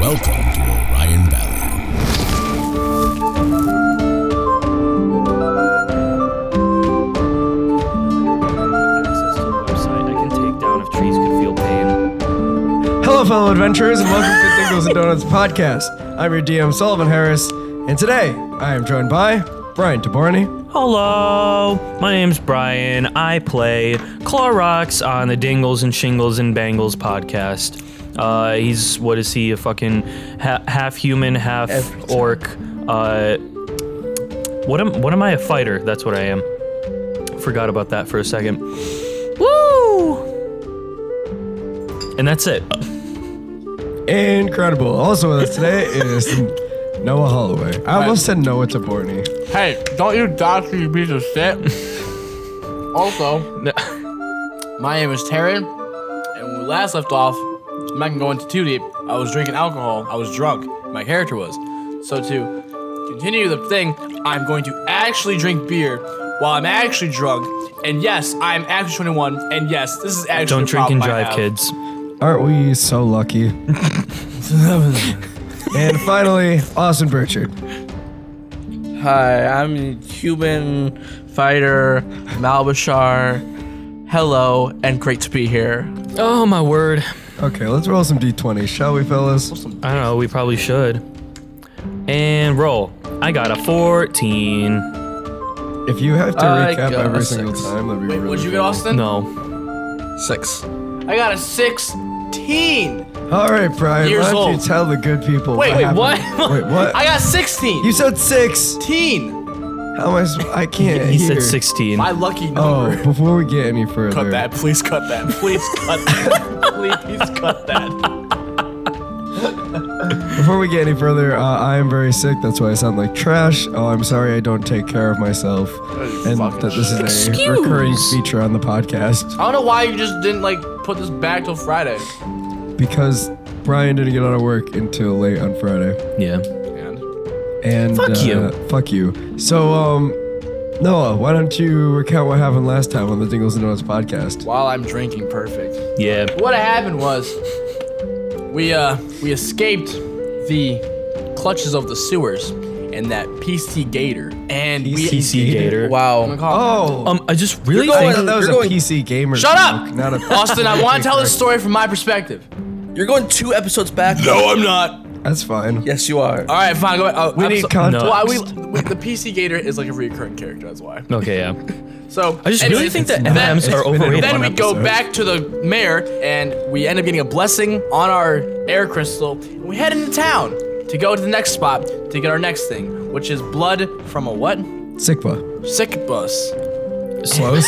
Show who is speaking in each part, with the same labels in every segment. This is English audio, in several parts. Speaker 1: Welcome to Orion Valley.
Speaker 2: access to the website I can take down if trees could feel pain.
Speaker 3: Hello, fellow adventurers, and welcome to Dingles and Donuts podcast. I'm your DM, Sullivan Harris, and today I am joined by Brian DeBarney.
Speaker 2: Hello, my name's Brian. I play Claw Rocks on the Dingles and Shingles and Bangles podcast. Uh, he's what is he? A fucking ha- half human, half orc. Uh, what am what am I? A fighter? That's what I am. Forgot about that for a second. Woo! And that's it.
Speaker 3: Incredible. Also with us today is Noah Holloway. I almost said Noah DeBarney.
Speaker 4: Hey, don't you dodge me, you piece of shit. also, my name is Taryn, and when we last left off, I'm not gonna go into too deep. I was drinking alcohol, I was drunk, my character was. So, to continue the thing, I'm going to actually drink beer while I'm actually drunk. And yes, I'm actually 21, and yes, this is actually
Speaker 2: Don't
Speaker 4: the
Speaker 2: drink and
Speaker 4: problem I
Speaker 2: drive,
Speaker 4: have.
Speaker 2: kids.
Speaker 3: Aren't we so lucky? and finally, Austin Burchard.
Speaker 5: Hi, I'm Cuban fighter Malbashar. Hello, and great to be here.
Speaker 2: Oh my word.
Speaker 3: Okay, let's roll some d20s, shall we, fellas?
Speaker 2: I don't know. We probably should. And roll. I got a 14.
Speaker 3: If you have to
Speaker 5: I
Speaker 3: recap
Speaker 5: got
Speaker 3: every
Speaker 5: a
Speaker 3: single
Speaker 5: six.
Speaker 3: time, that'd be
Speaker 4: Wait,
Speaker 3: really
Speaker 4: what'd you get, Austin?
Speaker 2: No.
Speaker 5: Six.
Speaker 4: I got a 16.
Speaker 3: funny. All right, Brian,
Speaker 4: Years
Speaker 3: why don't you
Speaker 4: old.
Speaker 3: tell the good people
Speaker 4: Wait, wait,
Speaker 3: what? happened?
Speaker 2: what?
Speaker 3: wait, what?
Speaker 4: I got 16.
Speaker 3: you said six.
Speaker 4: teen.
Speaker 3: How am I? Sp- I can't.
Speaker 2: He
Speaker 3: hear.
Speaker 2: said 16.
Speaker 4: My lucky number.
Speaker 3: Oh, before we get any further,
Speaker 4: Cut that, please cut that, please cut that, please cut that.
Speaker 3: before we get any further, uh, I am very sick. That's why I sound like trash. Oh, I'm sorry. I don't take care of myself, and that this is a recurring feature on the podcast
Speaker 4: I don't know why you just didn't like put this back till Friday.
Speaker 3: because Brian didn't get out of work until late on Friday.
Speaker 2: Yeah.
Speaker 4: And
Speaker 3: And
Speaker 2: Fuck
Speaker 3: uh,
Speaker 2: you.
Speaker 3: fuck you. So, um, Noah, why don't you recount what happened last time on the Dingles and Donuts podcast?
Speaker 4: while I'm drinking, perfect.
Speaker 2: Yeah.
Speaker 4: What happened was, we uh we escaped the clutches of the sewers and that PC Gator, and we
Speaker 2: PC Gator.
Speaker 4: I'm gonna
Speaker 5: Wow.
Speaker 4: call him-
Speaker 3: Oh,
Speaker 2: Um, I just really
Speaker 3: oh,
Speaker 2: think.
Speaker 3: that was
Speaker 5: you're
Speaker 3: a
Speaker 5: going-
Speaker 3: PC gamer.
Speaker 4: Shut up!
Speaker 3: joke, Not a
Speaker 4: Austin, I want to tell this story from my perspective.
Speaker 5: You're going two episodes back?
Speaker 4: No, I'm not.
Speaker 3: That's fine.
Speaker 5: Yes, you are.
Speaker 4: All right, fine. Go ahead. Oh,
Speaker 3: We
Speaker 4: I'm
Speaker 3: need
Speaker 4: so-
Speaker 3: context.
Speaker 4: Well, I- we, we- the PC Gator is like a recurring character. That's why.
Speaker 2: Okay, yeah.
Speaker 4: So
Speaker 2: I just really
Speaker 4: anyways,
Speaker 2: think that
Speaker 4: then-
Speaker 2: M&Ms are
Speaker 3: been an
Speaker 2: overrated.
Speaker 4: Then
Speaker 2: on
Speaker 4: we
Speaker 2: episode.
Speaker 4: go back to the mayor, and we end up getting a blessing on our air crystal. And we head into town to go to the next spot to get our next thing, which is blood from a what?
Speaker 3: Sigma.
Speaker 4: Sick bus.
Speaker 3: Close.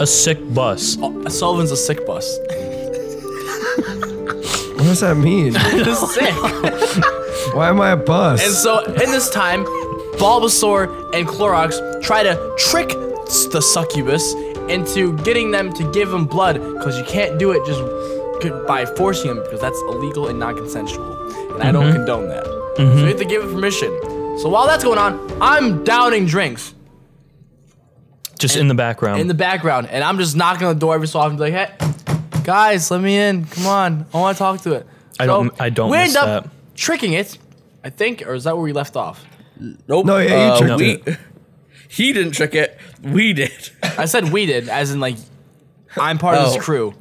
Speaker 2: A sick bus.
Speaker 4: Oh, Sullivan's a sick bus.
Speaker 3: What does that mean?
Speaker 4: It's sick.
Speaker 3: Why am I a bus?
Speaker 4: And so, in this time, Bulbasaur and Clorox try to trick s- the succubus into getting them to give him blood, because you can't do it just c- by forcing him, because that's illegal and non consensual. And I
Speaker 2: Mm-hmm.
Speaker 4: don't condone that. So, you have to give it permission. So, while that's going on, I'm downing drinks
Speaker 2: Just in the background.
Speaker 4: in the background, and I'm just knocking on the door every so often, be like, hey, guys, let me in. Come on. I want to talk to it.
Speaker 2: I
Speaker 4: So
Speaker 2: don't- I don't
Speaker 4: We
Speaker 2: miss
Speaker 4: end up
Speaker 2: that.
Speaker 4: tricking it, I think, or is that where we left off?
Speaker 5: Nope.
Speaker 3: No, yeah, you
Speaker 5: uh,
Speaker 3: tricked
Speaker 5: we,
Speaker 3: it.
Speaker 5: He didn't trick it. We did.
Speaker 4: I said we did, as in like I'm part of
Speaker 5: Oh.
Speaker 4: this crew,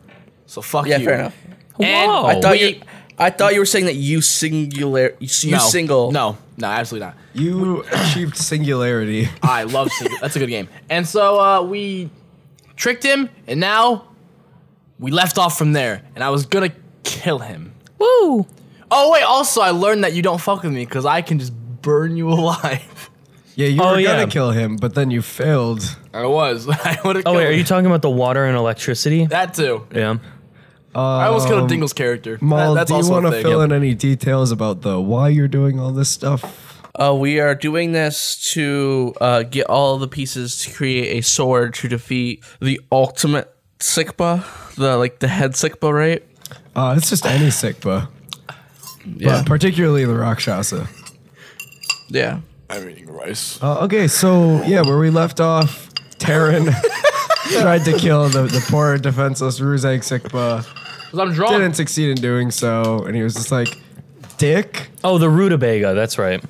Speaker 4: so fuck
Speaker 5: yeah,
Speaker 4: you.
Speaker 5: fair enough.
Speaker 4: And
Speaker 2: Whoa.
Speaker 4: I
Speaker 5: I thought
Speaker 4: we,
Speaker 5: you. I thought you were saying that you singular. You
Speaker 4: no,
Speaker 5: single.
Speaker 4: No, no, absolutely not.
Speaker 3: you achieved singularity.
Speaker 4: I love single. that's a good game. And so uh, we tricked him, and now we left off from there. And I was gonna kill him.
Speaker 2: Woo!
Speaker 4: Oh wait, also I learned that you don't fuck with me because I can just burn you alive.
Speaker 3: Yeah, you
Speaker 2: Oh,
Speaker 3: were
Speaker 2: yeah.
Speaker 3: gonna kill him, but then you failed.
Speaker 4: I was. I would have.
Speaker 2: Oh, wait, are you talking about the water and electricity?
Speaker 4: that too?
Speaker 2: Yeah.
Speaker 4: I almost
Speaker 2: Um,
Speaker 4: killed Dingle's character. That-
Speaker 3: Maul,
Speaker 4: that's
Speaker 3: do you
Speaker 4: also
Speaker 3: want
Speaker 4: a
Speaker 3: to
Speaker 4: thing.
Speaker 3: fill in any details about the why you're doing all this stuff?
Speaker 5: Uh, we are doing this to uh, get all the pieces to create a sword to defeat the ultimate Sikpa, the like the head Sikpa, right?
Speaker 3: Uh, it's just any Sigma,
Speaker 5: Yeah.
Speaker 3: but particularly the Rakshasa.
Speaker 5: Yeah.
Speaker 4: I'm eating rice.
Speaker 3: Uh, okay, so yeah, where we left off, Terran tried to kill the, the poor defenseless Ruzag Sigma,
Speaker 4: Cause I'm drunk.
Speaker 3: didn't succeed in doing so, and he was just like, dick.
Speaker 2: Oh, the rutabaga. That's right.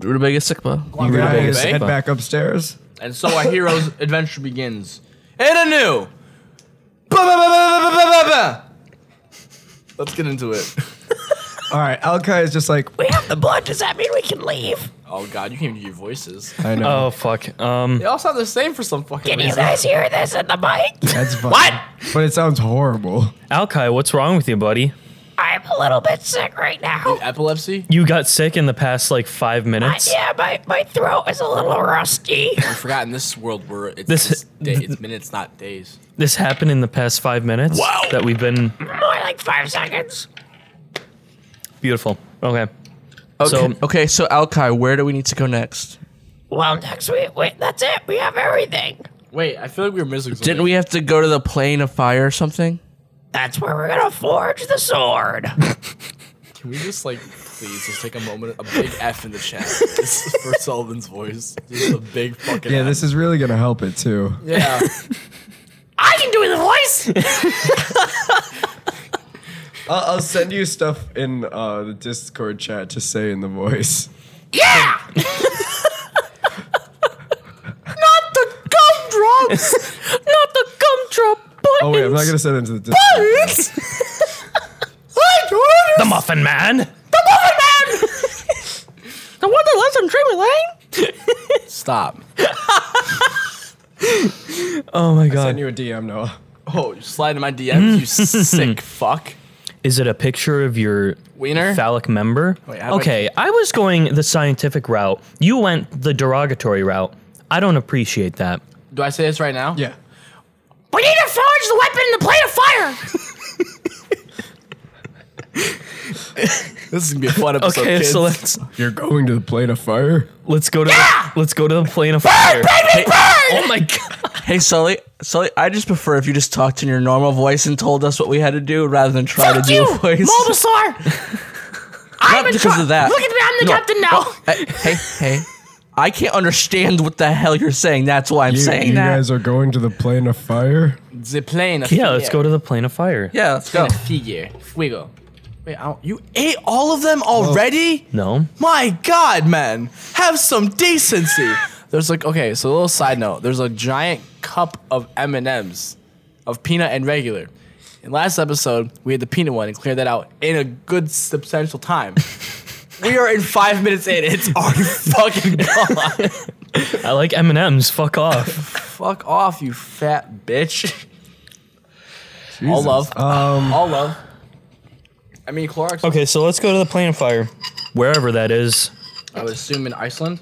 Speaker 5: Rutabaga Sigma.
Speaker 3: Guys,
Speaker 4: Rutabaga.
Speaker 3: head back upstairs.
Speaker 4: And so our hero's adventure begins. In a new. Let's get into it.
Speaker 3: All right, Alki is just like,
Speaker 4: Oh god, you can't even do your voices.
Speaker 3: I know.
Speaker 2: Oh fuck. Um.
Speaker 4: They all sound the same for some fucking reason.
Speaker 3: That's fine. What? But it sounds horrible.
Speaker 2: Alki, what's wrong with you, buddy?
Speaker 6: I'm a little bit sick right now.
Speaker 4: Epilepsy?
Speaker 2: You got sick in the past like five minutes.
Speaker 6: Yeah, my, my throat is a little rusty.
Speaker 4: I forgot in this world where it's,
Speaker 2: This-
Speaker 4: it's, day, it's minutes, not days.
Speaker 2: This happened in the past five minutes. Wow. That we've been
Speaker 6: More like five seconds.
Speaker 2: beautiful. Okay.
Speaker 5: Okay.
Speaker 2: So-
Speaker 5: okay, so Alki, where do we need to go next?
Speaker 6: Well, next week, wait, that's it. We have everything.
Speaker 4: Wait, I feel like we were missing something.
Speaker 5: Didn't we have to go to the plane of fire or something?
Speaker 6: That's where we're gonna forge the sword.
Speaker 4: Can we just like, please, just take a moment, a big F in the chat. This is for Sullivan's voice. Just a big fucking
Speaker 3: Yeah,
Speaker 4: F.
Speaker 3: this is really gonna help it too.
Speaker 4: Yeah.
Speaker 6: I can do the voice.
Speaker 3: I'll, I'll send you stuff in uh, the Discord chat to say in the voice.
Speaker 6: Yeah.
Speaker 2: Not the gumdrop buttons.
Speaker 3: Oh wait, I'm not gonna send it into the Discord.
Speaker 2: The Muffin Man. The Muffin Man. the one that lives on Dreamy Lane.
Speaker 4: Stop.
Speaker 2: Oh my
Speaker 3: Send
Speaker 2: god.
Speaker 3: you a DM, Noah.
Speaker 4: Oh, you slide in my DMs, you sick fuck.
Speaker 2: Is it a picture of your
Speaker 4: Wiener?
Speaker 2: phallic member?
Speaker 4: Wait, how do I-
Speaker 2: okay, I was going the scientific route. You went the derogatory route. I don't appreciate that.
Speaker 4: Do I say this right now?
Speaker 3: Yeah.
Speaker 6: We need to forge the weapon in the plate of fire.
Speaker 4: This is gonna be a fun episode.
Speaker 2: Okay,
Speaker 4: kids.
Speaker 2: so let's
Speaker 3: You're going to the plate of fire.
Speaker 2: let's go to the, let's go to the plane of fire.
Speaker 6: Baby bird.
Speaker 2: Oh my god.
Speaker 5: Hey Sully, Sully, I just prefer if you just talked in your normal voice and told us what we had to do rather than try to
Speaker 6: Fuck
Speaker 5: do
Speaker 6: you,
Speaker 5: a voice.
Speaker 6: Bulbasaur.
Speaker 5: Not
Speaker 6: been
Speaker 5: because
Speaker 6: try-
Speaker 5: of that.
Speaker 6: Look at me, I'm the
Speaker 5: No, Oh,
Speaker 6: captain now.
Speaker 5: Hey, hey, hey. I can't understand what the hell you're saying. That's why I'm
Speaker 3: You,
Speaker 5: saying
Speaker 3: you
Speaker 5: that.
Speaker 3: guys are going to the plane of fire.
Speaker 4: The plane. Of
Speaker 2: Yeah, let's go to the plane of fire.
Speaker 5: yeah, let's go.
Speaker 4: figure. Fuego. Wait, I don't- you ate all of them already?
Speaker 2: No.
Speaker 4: My God, man, have some decency. There's like okay, so a little side note. There's a giant cup of M and M's, of peanut and regular. In last episode, we had the peanut one and cleared that out in a good substantial time. we are in five minutes in. It's already fucking gone.
Speaker 2: I like M&Ms. Fuck off.
Speaker 4: Fuck off, you fat bitch. All love.
Speaker 3: Um,
Speaker 4: All love. I mean, Clorox.
Speaker 2: okay, so let's go to the plane of fire. Wherever that is.
Speaker 4: I would assume in Iceland.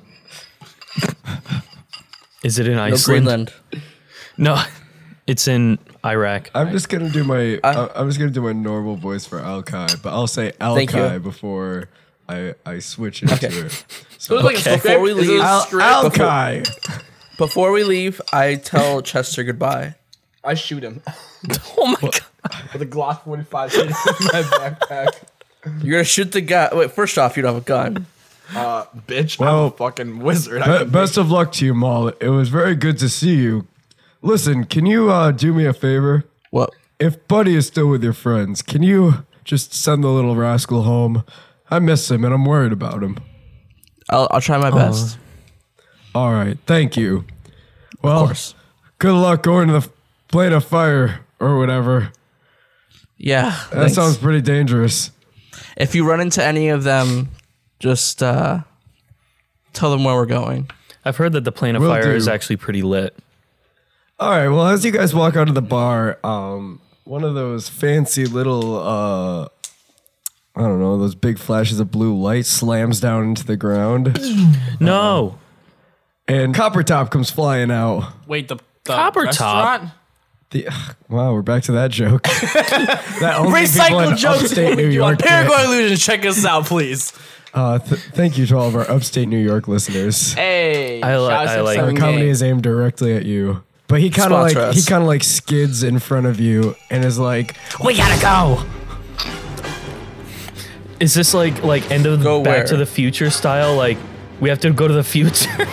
Speaker 2: Is it in
Speaker 5: No,
Speaker 2: Iceland?
Speaker 5: Greenland.
Speaker 2: No. It's in Iraq.
Speaker 3: I'm just gonna do
Speaker 5: Uh,
Speaker 3: my. I, I'm just gonna do my normal voice for Alki, but I'll say Alki
Speaker 5: you.
Speaker 3: before I I switch into it. So,
Speaker 5: Before we leave,
Speaker 4: Al-
Speaker 3: Alki.
Speaker 5: Before we leave, I tell Chester goodbye.
Speaker 4: I shoot him
Speaker 2: Oh my god.
Speaker 4: with a Glock 45 in my backpack.
Speaker 5: You're gonna shoot the guy. Wait, first off, you don't have a gun.
Speaker 4: Bitch, I'm
Speaker 3: Well,
Speaker 4: a fucking wizard.
Speaker 3: Be-
Speaker 4: I can
Speaker 3: best of luck to you, Maul. It was very good to see you. Listen, can you uh, do me a favor?
Speaker 5: What?
Speaker 3: If Buddy is still with your friends, can you just send the little rascal home? I miss him and I'm worried about him.
Speaker 5: I'll, I'll try
Speaker 3: Oh.
Speaker 5: my best.
Speaker 3: All right, thank you. Well,
Speaker 5: of course.
Speaker 3: good luck going to the f- plane of fire or whatever.
Speaker 5: Yeah.
Speaker 3: That
Speaker 5: thanks.
Speaker 3: sounds pretty dangerous.
Speaker 5: If you run into any of them, just uh, tell them where we're going.
Speaker 2: I've heard that the plane of
Speaker 3: Will
Speaker 2: fire is
Speaker 3: do.
Speaker 2: actually pretty lit.
Speaker 3: All right. Well, as you guys walk out of the bar, um, one of those fancy little, uh, I don't know, those big flashes of blue light slams down into the ground,
Speaker 2: No.
Speaker 3: and Copper Top comes flying out.
Speaker 4: Wait, the, the
Speaker 2: Copper Top?
Speaker 4: restaurant?
Speaker 3: The, ugh, wow, we're back to that joke. that only people in
Speaker 4: Recycle jokes
Speaker 3: upstate New
Speaker 4: on
Speaker 3: York. get.
Speaker 4: Paraguay Illusions. Check us out, please.
Speaker 3: Uh, th- thank you to all of our upstate New York listeners.
Speaker 4: Hey,
Speaker 2: I li- I like-
Speaker 3: Our comedy is aimed directly at you. But he kind of like
Speaker 5: Sponsor us.
Speaker 3: he kind of like skids in front of you and is like,
Speaker 6: We gotta go.
Speaker 2: Is this like like end of the
Speaker 5: Go
Speaker 2: Back
Speaker 5: where?
Speaker 2: to the Future style? Like we have to go to the future.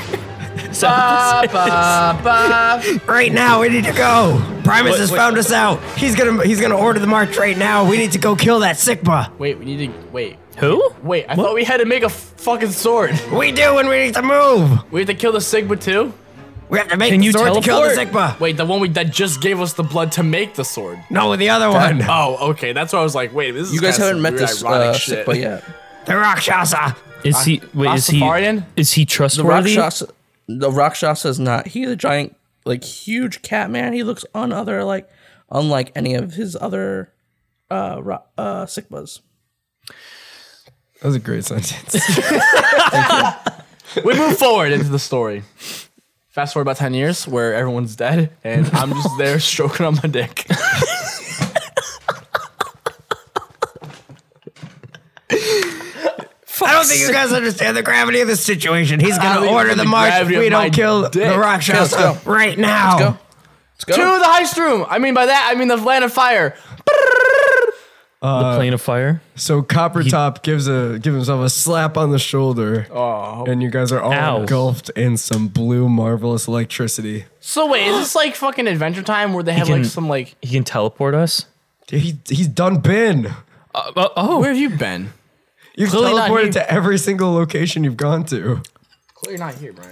Speaker 2: Is that what this
Speaker 3: "Right now, we need to go.
Speaker 6: Primus has found us out.
Speaker 3: He's gonna he's gonna order the march right now. We need to go kill that Sigma."
Speaker 4: Wait, we need to wait.
Speaker 2: Who?
Speaker 4: Wait, I thought we had to make a fucking sword.
Speaker 3: We do when we need to move.
Speaker 4: We have to kill the Sigma too?
Speaker 3: We have to make
Speaker 2: Can
Speaker 3: the
Speaker 2: you
Speaker 3: sword to kill the
Speaker 2: teleport?
Speaker 3: Sigma.
Speaker 4: Wait, the one we, that just gave us the blood to make the sword.
Speaker 3: No, the other one.
Speaker 4: Oh, okay. That's why I was like, wait, this is
Speaker 5: You guys
Speaker 4: kinda some
Speaker 5: haven't met
Speaker 4: weird
Speaker 5: this
Speaker 4: ironic
Speaker 5: uh,
Speaker 4: shit.
Speaker 5: Sigma yet.
Speaker 3: The Rakshasa.
Speaker 2: Is he? Wait, is he?
Speaker 4: Rastafarian?
Speaker 2: Is he
Speaker 5: The
Speaker 2: trustworthy?
Speaker 5: Rakshasa, the Rakshasa is not. He's a giant, like huge cat man. He looks on other like unlike any of his other uh ra- uh Sigmas.
Speaker 3: That was a great sentence.
Speaker 4: we move forward into the story. Fast forward about 10 years where everyone's dead and I'm just there stroking on my dick.
Speaker 3: I don't think you guys understand the gravity of the situation. He's
Speaker 4: don't
Speaker 3: gonna
Speaker 4: think
Speaker 3: order
Speaker 4: the
Speaker 3: the march.
Speaker 4: gravity
Speaker 3: We
Speaker 4: of my
Speaker 3: don't kill
Speaker 4: dick.
Speaker 3: the
Speaker 4: Okay,
Speaker 5: let's
Speaker 3: Rakshasa
Speaker 5: go.
Speaker 3: right now.
Speaker 5: go. Let's go.
Speaker 4: to the heist room. I mean, by that, I mean the land of fire.
Speaker 2: the plane of fire.
Speaker 3: So Copper Top gives a give himself a slap on the shoulder, and you guys are all
Speaker 2: Ow.
Speaker 3: engulfed in some blue marvelous electricity.
Speaker 4: So wait, is this like fucking Adventure Time where they have
Speaker 2: can-
Speaker 4: like some like?
Speaker 2: He can teleport us.
Speaker 3: He, he's done been.
Speaker 2: Uh, uh, oh,
Speaker 4: Where have you been?
Speaker 3: You've
Speaker 4: Clearly not
Speaker 3: teleported
Speaker 4: here.
Speaker 3: to every single location you've gone to.
Speaker 4: Clearly not here, Brian.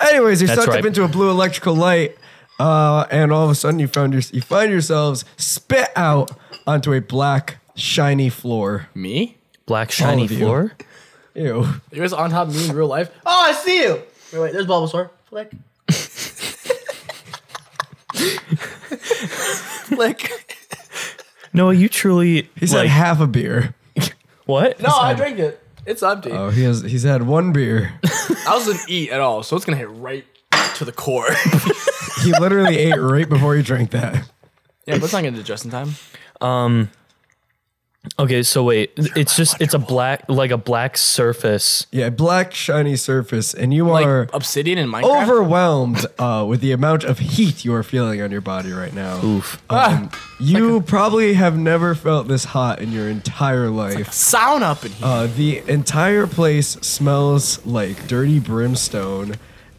Speaker 3: Anyways, you're
Speaker 2: That's
Speaker 3: sucked
Speaker 2: right.
Speaker 3: up into a blue electrical light, uh, and all of a sudden you found your, you find yourselves spit out onto a black shiny floor.
Speaker 4: Me?
Speaker 2: black shiny
Speaker 3: of you.
Speaker 2: floor.
Speaker 3: Ew.
Speaker 4: You guys on top of me in real life? Oh, I see you. Wait, wait, there's Bulbasaur. Flick. Flick.
Speaker 2: Noah, you truly
Speaker 3: He's had
Speaker 2: like
Speaker 3: half a beer.
Speaker 2: what?
Speaker 4: No, I drank it. It's empty.
Speaker 3: Oh, he has. He's had one beer.
Speaker 4: I wasn't eat at all, so it's gonna hit right to the core.
Speaker 3: He literally ate right before he drank that.
Speaker 4: yeah, but it's not gonna digest in time.
Speaker 2: Okay, so wait, it's just it's a black like a black surface.
Speaker 3: Yeah, black shiny surface, and you
Speaker 4: Like
Speaker 3: are
Speaker 4: obsidian in Minecraft.
Speaker 3: overwhelmed uh, with the amount of heat you are feeling on your body right now. Oof. Um, you probably have never felt this hot in your entire life.
Speaker 4: Sound up in here.
Speaker 3: Uh, the entire place smells like dirty brimstone,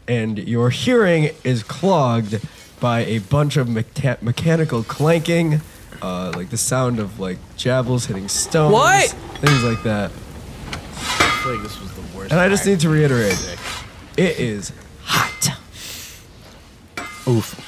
Speaker 3: and your hearing is clogged by a bunch of mecha- mechanical clanking, uh, like the sound of like javelins hitting stones,
Speaker 5: What?
Speaker 3: things like that.
Speaker 4: I feel like this was the worst.
Speaker 3: And I just need to reiterate, it is hot.
Speaker 2: Oof.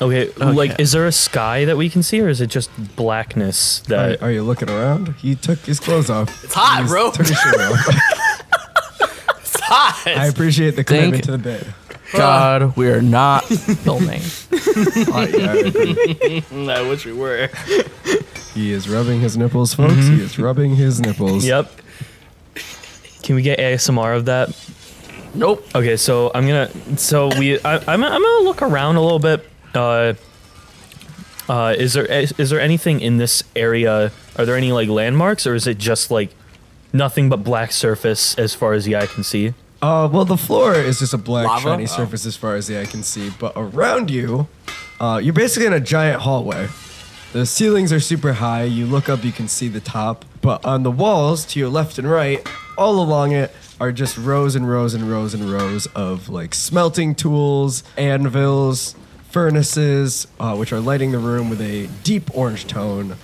Speaker 2: Okay, like is there a sky that we can see, or is it just blackness
Speaker 3: Are,
Speaker 2: that?
Speaker 3: are you looking around? He took his clothes off.
Speaker 4: It's hot, bro.
Speaker 3: Took his shirt off.
Speaker 4: It's hot.
Speaker 3: I appreciate the commitment
Speaker 5: Thank-
Speaker 3: to the bit.
Speaker 5: God, we are not filming.
Speaker 3: Hot, yeah, I agree.
Speaker 4: I wish we were.
Speaker 3: he is rubbing his nipples, folks. He is rubbing his nipples.
Speaker 2: Yep. Can we get ASMR of that?
Speaker 5: Nope.
Speaker 2: Okay, so I'm gonna so we I, I'm I'm gonna look around a little bit. Uh, uh, is there is, there anything in this area? Are there any like landmarks, or is it just like nothing but black surface as far as the eye can see?
Speaker 3: Uh, well, the floor is just a black
Speaker 4: Lava?
Speaker 3: shiny
Speaker 4: Oh.
Speaker 3: surface as far as the eye can see, but around you, uh, you're basically in a giant hallway. The ceilings are super high. You look up, you can see the top, but on the walls to your left and right, all along it, are just rows and rows and rows and rows of like smelting tools, anvils, furnaces, uh, which are lighting the room with a deep orange tone.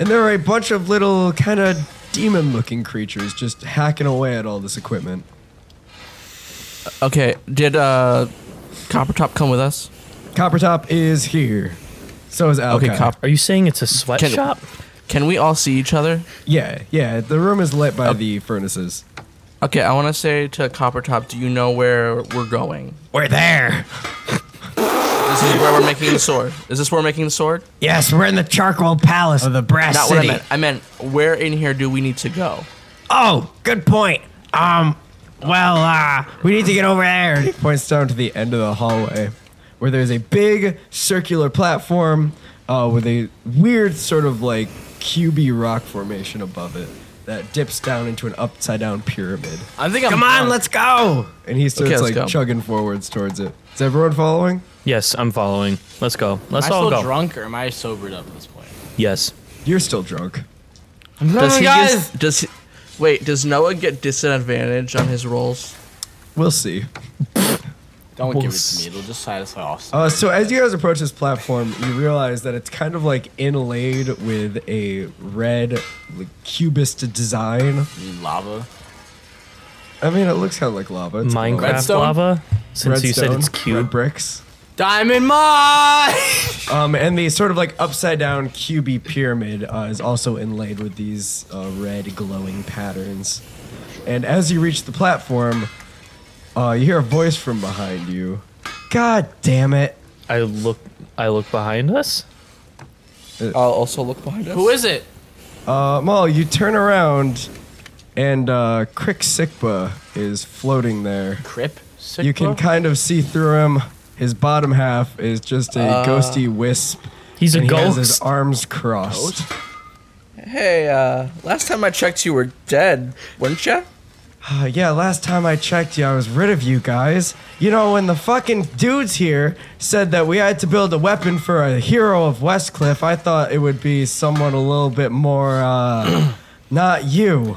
Speaker 3: And there are a bunch of little kind of demon-looking creatures just hacking away at all this equipment.
Speaker 5: Okay. Did uh Copper Top come with us?
Speaker 3: Coppertop is here. So is Alki.
Speaker 5: Okay, Cop.
Speaker 2: Are you saying it's a sweatshop?
Speaker 5: Can we all see each other?
Speaker 3: Yeah, yeah. The room is lit by the furnaces.
Speaker 5: Okay, I want to say to Copper Top, do you know where we're going?
Speaker 3: We're there.
Speaker 5: This is where we're making the sword. Is this where we're making the sword?
Speaker 3: Yes, we're in the charcoal palace of the brass
Speaker 5: Not what I meant. I meant where in here do we need to go?
Speaker 3: Oh, good point. Um, well, uh, we need to get over there. He points down to the end of the hallway, where there's a big circular platform uh, with a weird sort of like cubey rock formation above it that dips down into an upside down pyramid.
Speaker 4: I think I'm.
Speaker 3: Come on, let's go! And he starts
Speaker 5: Okay,
Speaker 3: like
Speaker 5: let's go.
Speaker 3: chugging forwards towards it. Is everyone following?
Speaker 2: Yes, I'm following. Let's go. Let's
Speaker 4: Am I
Speaker 2: all
Speaker 4: still
Speaker 2: go.
Speaker 4: drunk or am I sobered up at this point?
Speaker 2: Yes.
Speaker 3: You're still drunk.
Speaker 5: Does he
Speaker 4: guys.
Speaker 5: dis- does he, wait? Does Noah get disadvantage on his rolls?
Speaker 3: We'll see.
Speaker 4: Don't give it to me. It'll just satisfy Austin.
Speaker 3: Uh, so as you guys approach this platform, you realize that it's kind of like inlaid with a red like, cubist design.
Speaker 4: I mean, lava.
Speaker 3: I mean, it looks kind of like lava. It's
Speaker 2: Minecraft
Speaker 4: Redstone?
Speaker 2: lava. Since you said
Speaker 3: redstone,
Speaker 2: it's
Speaker 3: red
Speaker 2: cube.
Speaker 3: bricks.
Speaker 4: Diamond mine.
Speaker 3: Um, and the sort of like upside down cubey pyramid uh, is also inlaid with these uh, red glowing patterns. And as you reach the platform, uh, you hear a voice from behind you. God damn it!
Speaker 2: I look. I look behind us.
Speaker 5: I'll also look behind us.
Speaker 4: Who is it?
Speaker 3: Uh, Maul, you turn around, and uh, Crick Sikpa is floating there.
Speaker 4: Crip. Sick
Speaker 3: You can kind of see through him. His bottom half is just a ghosty wisp.
Speaker 2: Uh, He's a
Speaker 3: and He has his
Speaker 2: ghost.
Speaker 3: arms crossed.
Speaker 5: Hey, uh, last time I checked, you were dead, weren't you?
Speaker 3: Uh, yeah, last time I checked you, I was rid of you guys. You know, when the fucking dudes here said that we had to build a weapon for a hero of Westcliff, I thought it would be someone a little bit more, uh, not you.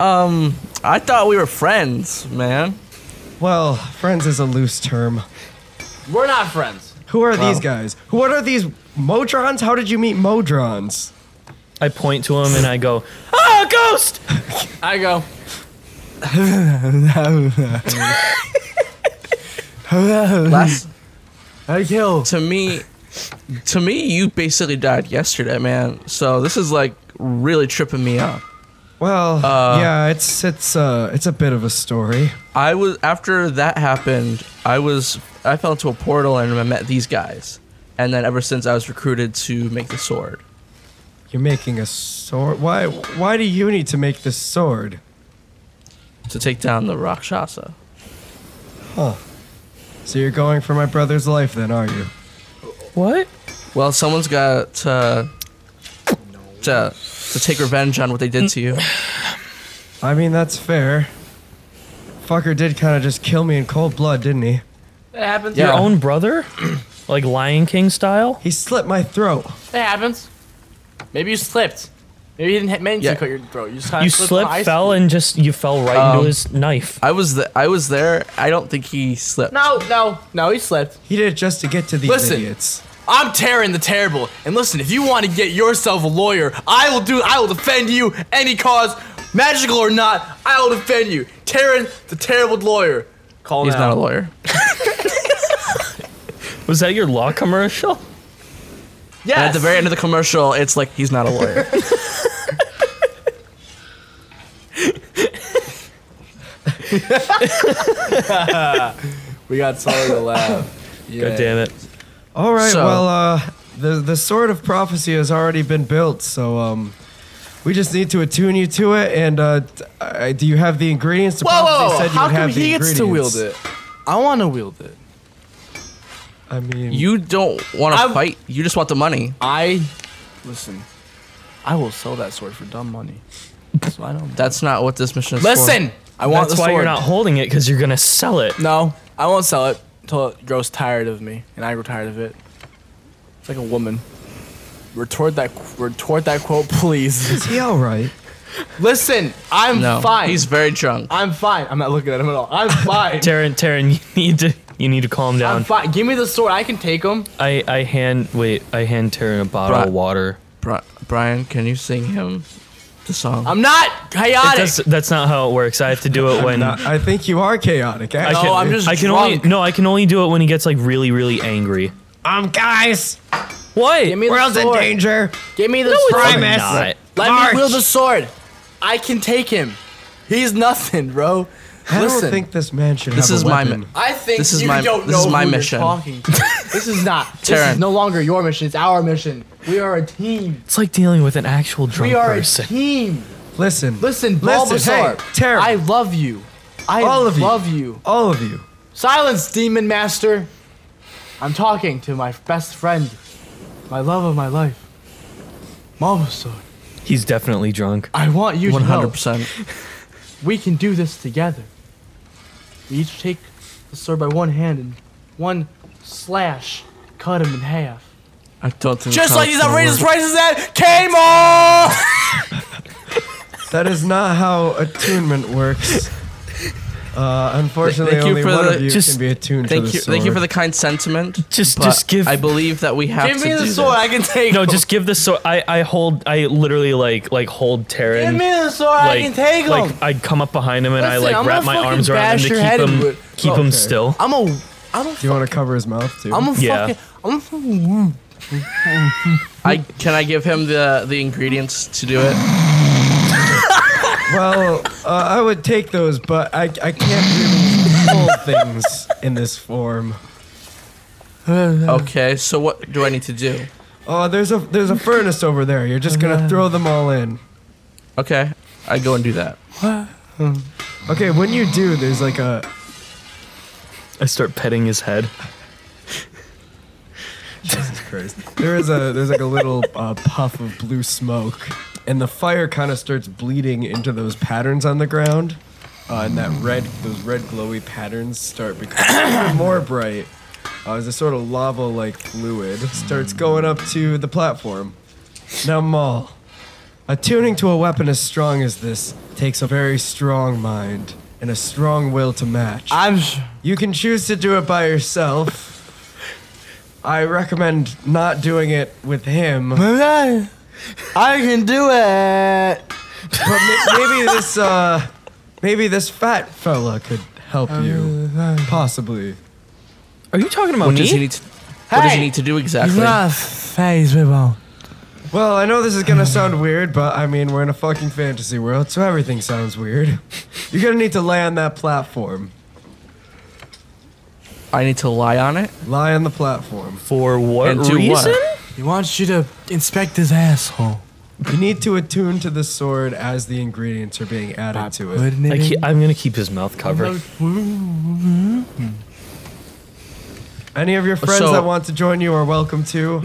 Speaker 5: Um, I thought we were friends, man.
Speaker 3: Well, friends is a loose term.
Speaker 4: We're not friends.
Speaker 3: Who are these guys? What are these Modrons? How did you meet Modrons?
Speaker 2: I point to him and I go, "Ah, ghost!"
Speaker 4: I go.
Speaker 5: Last
Speaker 3: I kill.
Speaker 5: to me, to me, you basically died yesterday, man. So this is like really tripping me up.
Speaker 3: Well, yeah, it's it's uh it's a bit of a story.
Speaker 5: I was after that happened. I was I fell into a portal and I met these guys, and then ever since I was recruited to make the sword.
Speaker 3: You're making a sword. Why why do you need to make this sword?
Speaker 5: to take down the Rakshasa.
Speaker 3: So you're going for my brother's life then, are you?
Speaker 2: What?
Speaker 5: Well, someone's got to to, to take revenge on what they did to you.
Speaker 3: I mean, that's fair. Fucker did kind of just kill me in cold blood, didn't he?
Speaker 4: That happens.
Speaker 5: Yeah.
Speaker 2: Your own brother? like Lion King style?
Speaker 3: He slit my throat.
Speaker 4: That happens. Maybe you slipped. Maybe you didn't hit- meant
Speaker 5: Yeah.
Speaker 4: to cut your throat. You just kind
Speaker 2: You
Speaker 4: of slipped.
Speaker 2: slipped,
Speaker 4: on ice
Speaker 2: fell,
Speaker 4: cream.
Speaker 2: and just you fell right
Speaker 5: Um,
Speaker 2: into his knife.
Speaker 5: I was the, I was there. I don't think he slipped.
Speaker 4: No, no, no. He slipped.
Speaker 3: He did it just to get to these
Speaker 4: Listen.
Speaker 3: idiots.
Speaker 4: I'm Taryn the Terrible, and listen, if you want to get yourself a lawyer, I will do. I will defend you any cause, magical or not. I will defend you, Taryn the Terrible lawyer. Call
Speaker 5: He's
Speaker 4: now.
Speaker 5: not a lawyer.
Speaker 2: Was that your law commercial?
Speaker 4: Yes.
Speaker 5: And at the very end of the commercial, it's like he's not a lawyer.
Speaker 4: we got sorry to laugh. Yeah.
Speaker 2: God damn it.
Speaker 3: All right,
Speaker 5: So-
Speaker 3: well, uh, the the sword of prophecy has already been built, so um, we just need to attune you to it. And uh, t- I- do you have the ingredients? The
Speaker 4: Whoa, whoa,
Speaker 3: prophecy
Speaker 4: whoa.
Speaker 3: said you
Speaker 4: How
Speaker 3: would
Speaker 4: come
Speaker 3: have the
Speaker 4: he gets to
Speaker 3: ingredients.
Speaker 4: wield it? I want to wield it.
Speaker 3: I mean,
Speaker 5: You don't want
Speaker 4: I'm-
Speaker 5: to fight. You just want the money.
Speaker 4: I listen. I will sell that sword for dumb money. So I don't.
Speaker 5: That's not what this mission is
Speaker 4: Listen, I want
Speaker 2: That's
Speaker 4: the
Speaker 2: why
Speaker 4: sword.
Speaker 2: you're not holding it, because you're going to sell it.
Speaker 4: No, I won't sell it until it grows tired of me, and I grow tired of it. It's like a woman. Retort that. Retort that quote, please.
Speaker 3: is he all right?
Speaker 4: Listen, I'm
Speaker 5: for. No,
Speaker 4: fine.
Speaker 5: he's very drunk.
Speaker 4: I'm fine. I'm not looking at him at all. I'm fine.
Speaker 2: Taryn, Taryn, you need to you need to calm
Speaker 4: I'm
Speaker 2: down.
Speaker 4: fine. Give me the sword. I can take him.
Speaker 2: I, I hand wait, I hand Taryn a bottle
Speaker 5: Right.
Speaker 2: of water.
Speaker 5: Bri- Brian, can you sing him the song?
Speaker 4: I'm not chaotic.
Speaker 2: That's that's not how it works. I have to do it when
Speaker 3: Not- uh, I think you are chaotic.
Speaker 2: I
Speaker 3: Actually.
Speaker 2: can,
Speaker 4: I'm just
Speaker 2: I can
Speaker 4: drunk.
Speaker 2: only no, I can only do it when he gets like really, really angry.
Speaker 3: um, guys,
Speaker 2: What?
Speaker 4: Give me
Speaker 3: we're
Speaker 4: the
Speaker 3: all in
Speaker 4: sword.
Speaker 3: danger.
Speaker 4: Give me the
Speaker 2: fucking
Speaker 4: sword.
Speaker 3: Primus.
Speaker 2: not.
Speaker 4: Let
Speaker 3: March.
Speaker 4: me wield the sword. I can take him. He's nothing, bro.
Speaker 3: I
Speaker 4: Listen,
Speaker 3: don't think this man should
Speaker 5: This
Speaker 3: have
Speaker 5: is
Speaker 3: a
Speaker 5: my
Speaker 3: weapon.
Speaker 5: mi-
Speaker 4: I think
Speaker 5: This is
Speaker 4: you
Speaker 5: my-
Speaker 4: don't
Speaker 5: this
Speaker 4: know
Speaker 5: is my
Speaker 4: who you're
Speaker 5: mission.
Speaker 4: talking to. this is not. This
Speaker 5: Taryn.
Speaker 4: is no longer your mission. It's our mission. We are a team.
Speaker 2: It's like dealing with an actual drunk
Speaker 4: We are a
Speaker 2: person.
Speaker 4: team.
Speaker 3: Listen,
Speaker 4: Listen,
Speaker 3: listen, hey,
Speaker 4: Bulbasaur.
Speaker 3: Terry,
Speaker 4: I love you. I
Speaker 3: All of you.
Speaker 4: love you.
Speaker 3: all of you.
Speaker 4: Silence, demon master. I'm talking to my best friend, my love of my life, Bulbasaur.
Speaker 2: He's definitely drunk.
Speaker 4: I want you
Speaker 5: One
Speaker 4: to know
Speaker 5: hundred percent.
Speaker 4: we can do this together. We each take the sword by one hand and one slash cut him in half.
Speaker 5: I don't think.
Speaker 4: Just
Speaker 5: that's
Speaker 4: like
Speaker 5: how
Speaker 4: these
Speaker 5: it's gonna
Speaker 4: outrageous
Speaker 5: work.
Speaker 4: prices at Kmart!
Speaker 3: That is not how attunement works. Uh, unfortunately,
Speaker 5: Thank you
Speaker 3: only
Speaker 5: for
Speaker 3: one
Speaker 5: the-
Speaker 3: of you
Speaker 2: just-
Speaker 3: can be attuned
Speaker 5: Thank
Speaker 3: to the
Speaker 5: you, thank you for
Speaker 3: sword.
Speaker 5: the kind sentiment.
Speaker 2: Just-
Speaker 5: but
Speaker 2: just give-
Speaker 5: I believe that we have
Speaker 4: Give
Speaker 5: to
Speaker 4: me
Speaker 5: do
Speaker 4: the
Speaker 5: this.
Speaker 4: sword. I can take.
Speaker 2: No,
Speaker 4: them.
Speaker 2: just give this. So I, I hold. I literally like like hold Taryn.
Speaker 4: Give me the sword. I can take them.
Speaker 2: Like I'd come up behind him and I
Speaker 4: Listen,
Speaker 2: like
Speaker 4: I'm
Speaker 2: wrap
Speaker 4: gonna
Speaker 2: my
Speaker 4: fucking
Speaker 2: arms around
Speaker 4: bash
Speaker 2: him to
Speaker 4: your
Speaker 2: keep
Speaker 4: head
Speaker 2: him
Speaker 4: in-
Speaker 2: keep
Speaker 4: Okay.
Speaker 2: him still.
Speaker 4: I'm a. I'm a.
Speaker 3: Do you want to cover his mouth too?
Speaker 4: I'm a
Speaker 2: Yeah.
Speaker 4: fucking. I'm a fucking.
Speaker 5: I can I give him the the ingredients to do it.
Speaker 3: well, uh, I would take those, but I, I can't really hold things in this form.
Speaker 5: Okay, so what do I need to do?
Speaker 3: Oh, there's a there's a furnace over there. You're just gonna throw them all in.
Speaker 5: Okay, I go and do that.
Speaker 3: Okay, when you do, there's like a
Speaker 2: I start petting his head.
Speaker 3: Jesus Christ. There is a there's like a little uh, puff of blue smoke, and the fire kind of starts bleeding into those patterns on the ground, uh, and that red those red glowy patterns start becoming more bright. Uh, as a sort of lava like fluid starts going up to the platform. Now Maul, attuning to a weapon as strong as this takes a very strong mind and a strong will to match.
Speaker 4: I'm. s-
Speaker 3: You can choose to do it by yourself. I recommend not doing it with him. But
Speaker 4: I can do it.
Speaker 3: ma- maybe this, uh, maybe this fat fella could help you, possibly.
Speaker 2: Are you talking about
Speaker 5: What does he
Speaker 2: me?
Speaker 5: need to What does he
Speaker 4: Hey!
Speaker 5: need to do exactly?
Speaker 4: face, people.
Speaker 3: Well, I know this is gonna sound weird, but I mean we're in a fucking fantasy world, so everything sounds weird. You're gonna need to lay on that platform.
Speaker 5: I need to lie on it.
Speaker 3: Lie on the platform.
Speaker 2: For what
Speaker 5: And do what?
Speaker 2: reason?
Speaker 4: He wants you to inspect his asshole.
Speaker 3: You need to attune to the sword as the ingredients are being added to it.
Speaker 2: I ke- I'm gonna keep his mouth covered.
Speaker 3: Any of your friends
Speaker 5: So-
Speaker 3: that want to join you are welcome to.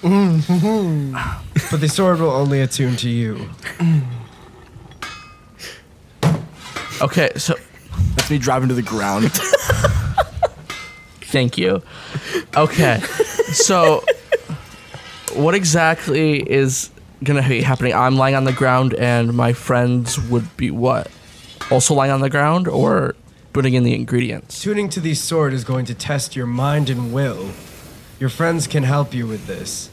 Speaker 5: Mm-hmm.
Speaker 3: but the sword will only attune to you.
Speaker 5: Okay, so
Speaker 4: That's me driving to the ground.
Speaker 5: thank you. Okay, so what exactly is gonna be happening? I'm lying on the ground, and my friends would be what? Also lying on the ground, or putting in the ingredients?
Speaker 3: Tuning to the sword is going to test your mind and will. Your friends can help you with this.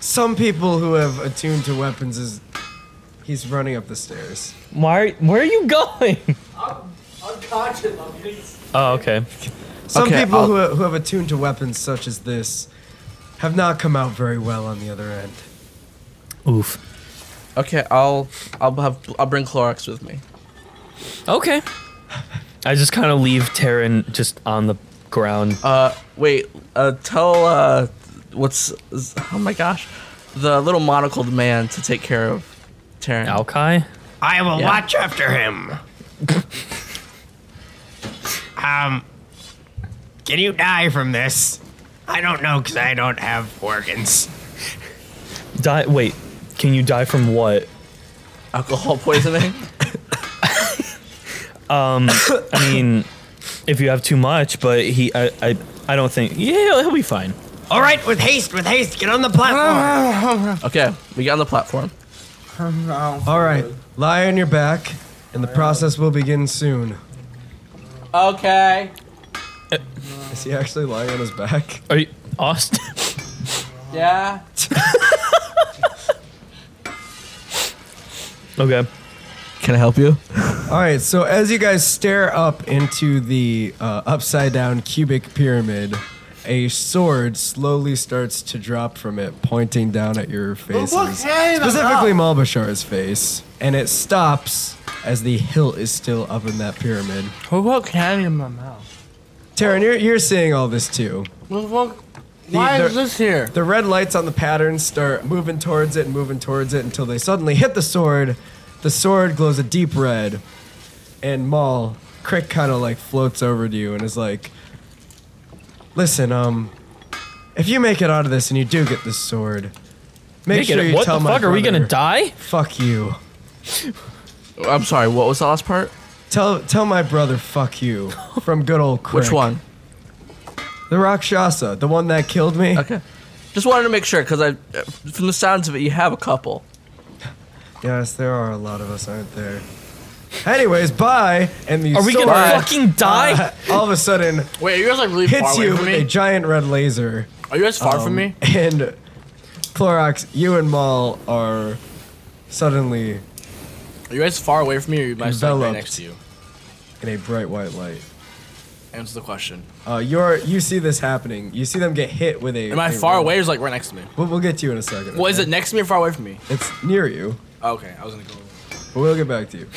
Speaker 3: Some people who have attuned to weapons is. He's running up the stairs.
Speaker 2: Why? Where are you going? Oh, okay.
Speaker 3: Some
Speaker 5: Okay,
Speaker 3: people
Speaker 5: I'll-
Speaker 3: who, who have attuned to weapons such as this have not come out very well on the other end.
Speaker 2: Oof.
Speaker 5: Okay, I'll I'll have I'll bring Clorox with me.
Speaker 2: Okay. I just kind of leave Taryn just on the ground.
Speaker 5: Uh, wait. Uh, tell uh, what's oh my gosh, the little monocled man to take care of Taryn.
Speaker 2: Alki?
Speaker 6: I will
Speaker 5: Yeah.
Speaker 6: watch after him. um, can you die from this? I don't know because I don't have organs.
Speaker 2: Die. Wait. Can you die from what?
Speaker 5: Alcohol poisoning.
Speaker 2: I mean, if you have too much, but he, I, I, I don't think. Yeah, he'll be fine.
Speaker 6: All right, with haste, with haste, get on the platform.
Speaker 3: Ah,
Speaker 5: okay, we got on the platform.
Speaker 3: All right, lie on your back, and the process will begin soon.
Speaker 5: Okay.
Speaker 3: Is he actually lying on his back?
Speaker 2: Are you, Austin?
Speaker 5: Yeah.
Speaker 2: okay.
Speaker 5: Can I help you?
Speaker 3: All right, so as you guys stare up into the uh, upside down cubic pyramid, a sword slowly starts to drop from it, pointing down at your faces. Specifically, Malbashar's face. And it stops as the hilt is still up in that pyramid.
Speaker 4: What about candy in my mouth?
Speaker 3: Taryn, you're, you're seeing all this too.
Speaker 4: What about- Why
Speaker 3: The-
Speaker 4: is this here?
Speaker 3: The red lights on the pattern start moving towards it and moving towards it until they suddenly hit the sword. The sword glows a deep red, and Maul Crick kind of like floats over to you and is like, "Listen, um, if you make it out of this and you do get this sword, make
Speaker 2: Make
Speaker 3: sure
Speaker 2: it-
Speaker 3: you
Speaker 2: what
Speaker 3: tell
Speaker 2: the
Speaker 3: my
Speaker 2: fuck? Are we gonna
Speaker 3: brother-
Speaker 2: die?
Speaker 3: Fuck you.
Speaker 5: I'm sorry. What was the last part?
Speaker 3: Tell tell my brother fuck you from good old Crick.
Speaker 5: Which one?
Speaker 3: The Rakshasa, the one that killed me.
Speaker 5: Okay. Just wanted to make sure because I, from the sounds of it, you have a couple.
Speaker 3: Yes, there are a lot of us, aren't there? Anyways, bye. And the
Speaker 2: Are we gonna
Speaker 3: sword,
Speaker 2: fucking die?
Speaker 3: uh, all of a sudden
Speaker 4: Wait, are you guys like really far
Speaker 3: hits
Speaker 4: away
Speaker 3: you
Speaker 4: from
Speaker 3: with a
Speaker 4: me?
Speaker 3: giant red laser.
Speaker 4: Are you guys far from
Speaker 3: Um,
Speaker 4: me?
Speaker 3: And Clorox, you and Maul are suddenly
Speaker 4: Are you guys far away from me, or am I standing right
Speaker 3: Enveloped.
Speaker 4: next to you?
Speaker 3: in a bright white light.
Speaker 4: Answer the question.
Speaker 3: Uh, you're you see this happening. You see them get hit with a.
Speaker 4: Am I
Speaker 3: a
Speaker 4: far
Speaker 3: rock.
Speaker 4: away, or is it, like right next to me?
Speaker 3: We'll, we'll get to you in a second.
Speaker 4: Well, is it
Speaker 3: okay?
Speaker 4: next to me or far away from me?
Speaker 3: It's near you,
Speaker 4: Oh, okay, I was gonna go.
Speaker 3: but we'll get back to you.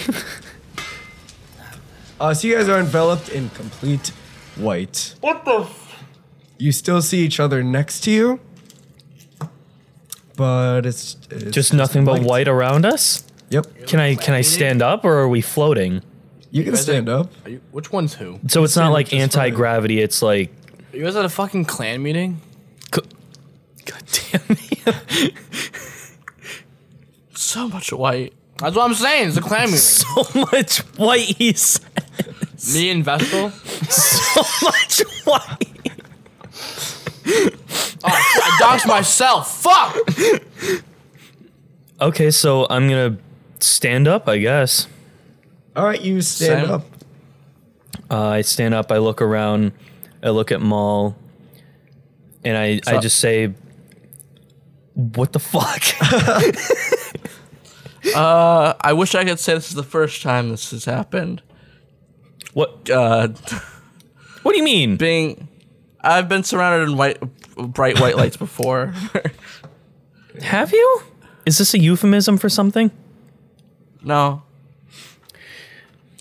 Speaker 3: uh, so you guys are enveloped in complete white.
Speaker 4: What the?
Speaker 3: You still see each other next to you, but it's, it's
Speaker 2: Just nothing but white around us.
Speaker 3: Yep,
Speaker 2: Can I can I stand up or are we floating?
Speaker 3: you can
Speaker 4: guys
Speaker 3: stand
Speaker 4: like-
Speaker 3: up.
Speaker 4: Are you, which one's who?
Speaker 2: So it's not
Speaker 3: Stand up
Speaker 2: like
Speaker 3: just fine.
Speaker 2: anti gravity. It's like
Speaker 4: Are you guys at a fucking clan meeting?
Speaker 2: God damn it.
Speaker 5: So much white.
Speaker 4: That's what I'm saying. It's a clan meeting.
Speaker 2: so much white he said.
Speaker 4: me and Vestal.
Speaker 2: So much white.
Speaker 4: I doxed myself. Fuck.
Speaker 2: Okay, so I'm gonna stand up, I guess.
Speaker 3: All right, you stand
Speaker 5: Sam?
Speaker 3: up.
Speaker 2: Uh, I stand up, I look around, I look at Maul, and I, I
Speaker 5: up?
Speaker 2: just say, What the fuck?
Speaker 5: I wish I could say this is the first time this has happened.
Speaker 2: what
Speaker 5: Uh,
Speaker 2: What do you mean?
Speaker 5: being, I've been surrounded in white, bright white lights before.
Speaker 2: Have you? Is this a euphemism for something?
Speaker 5: no,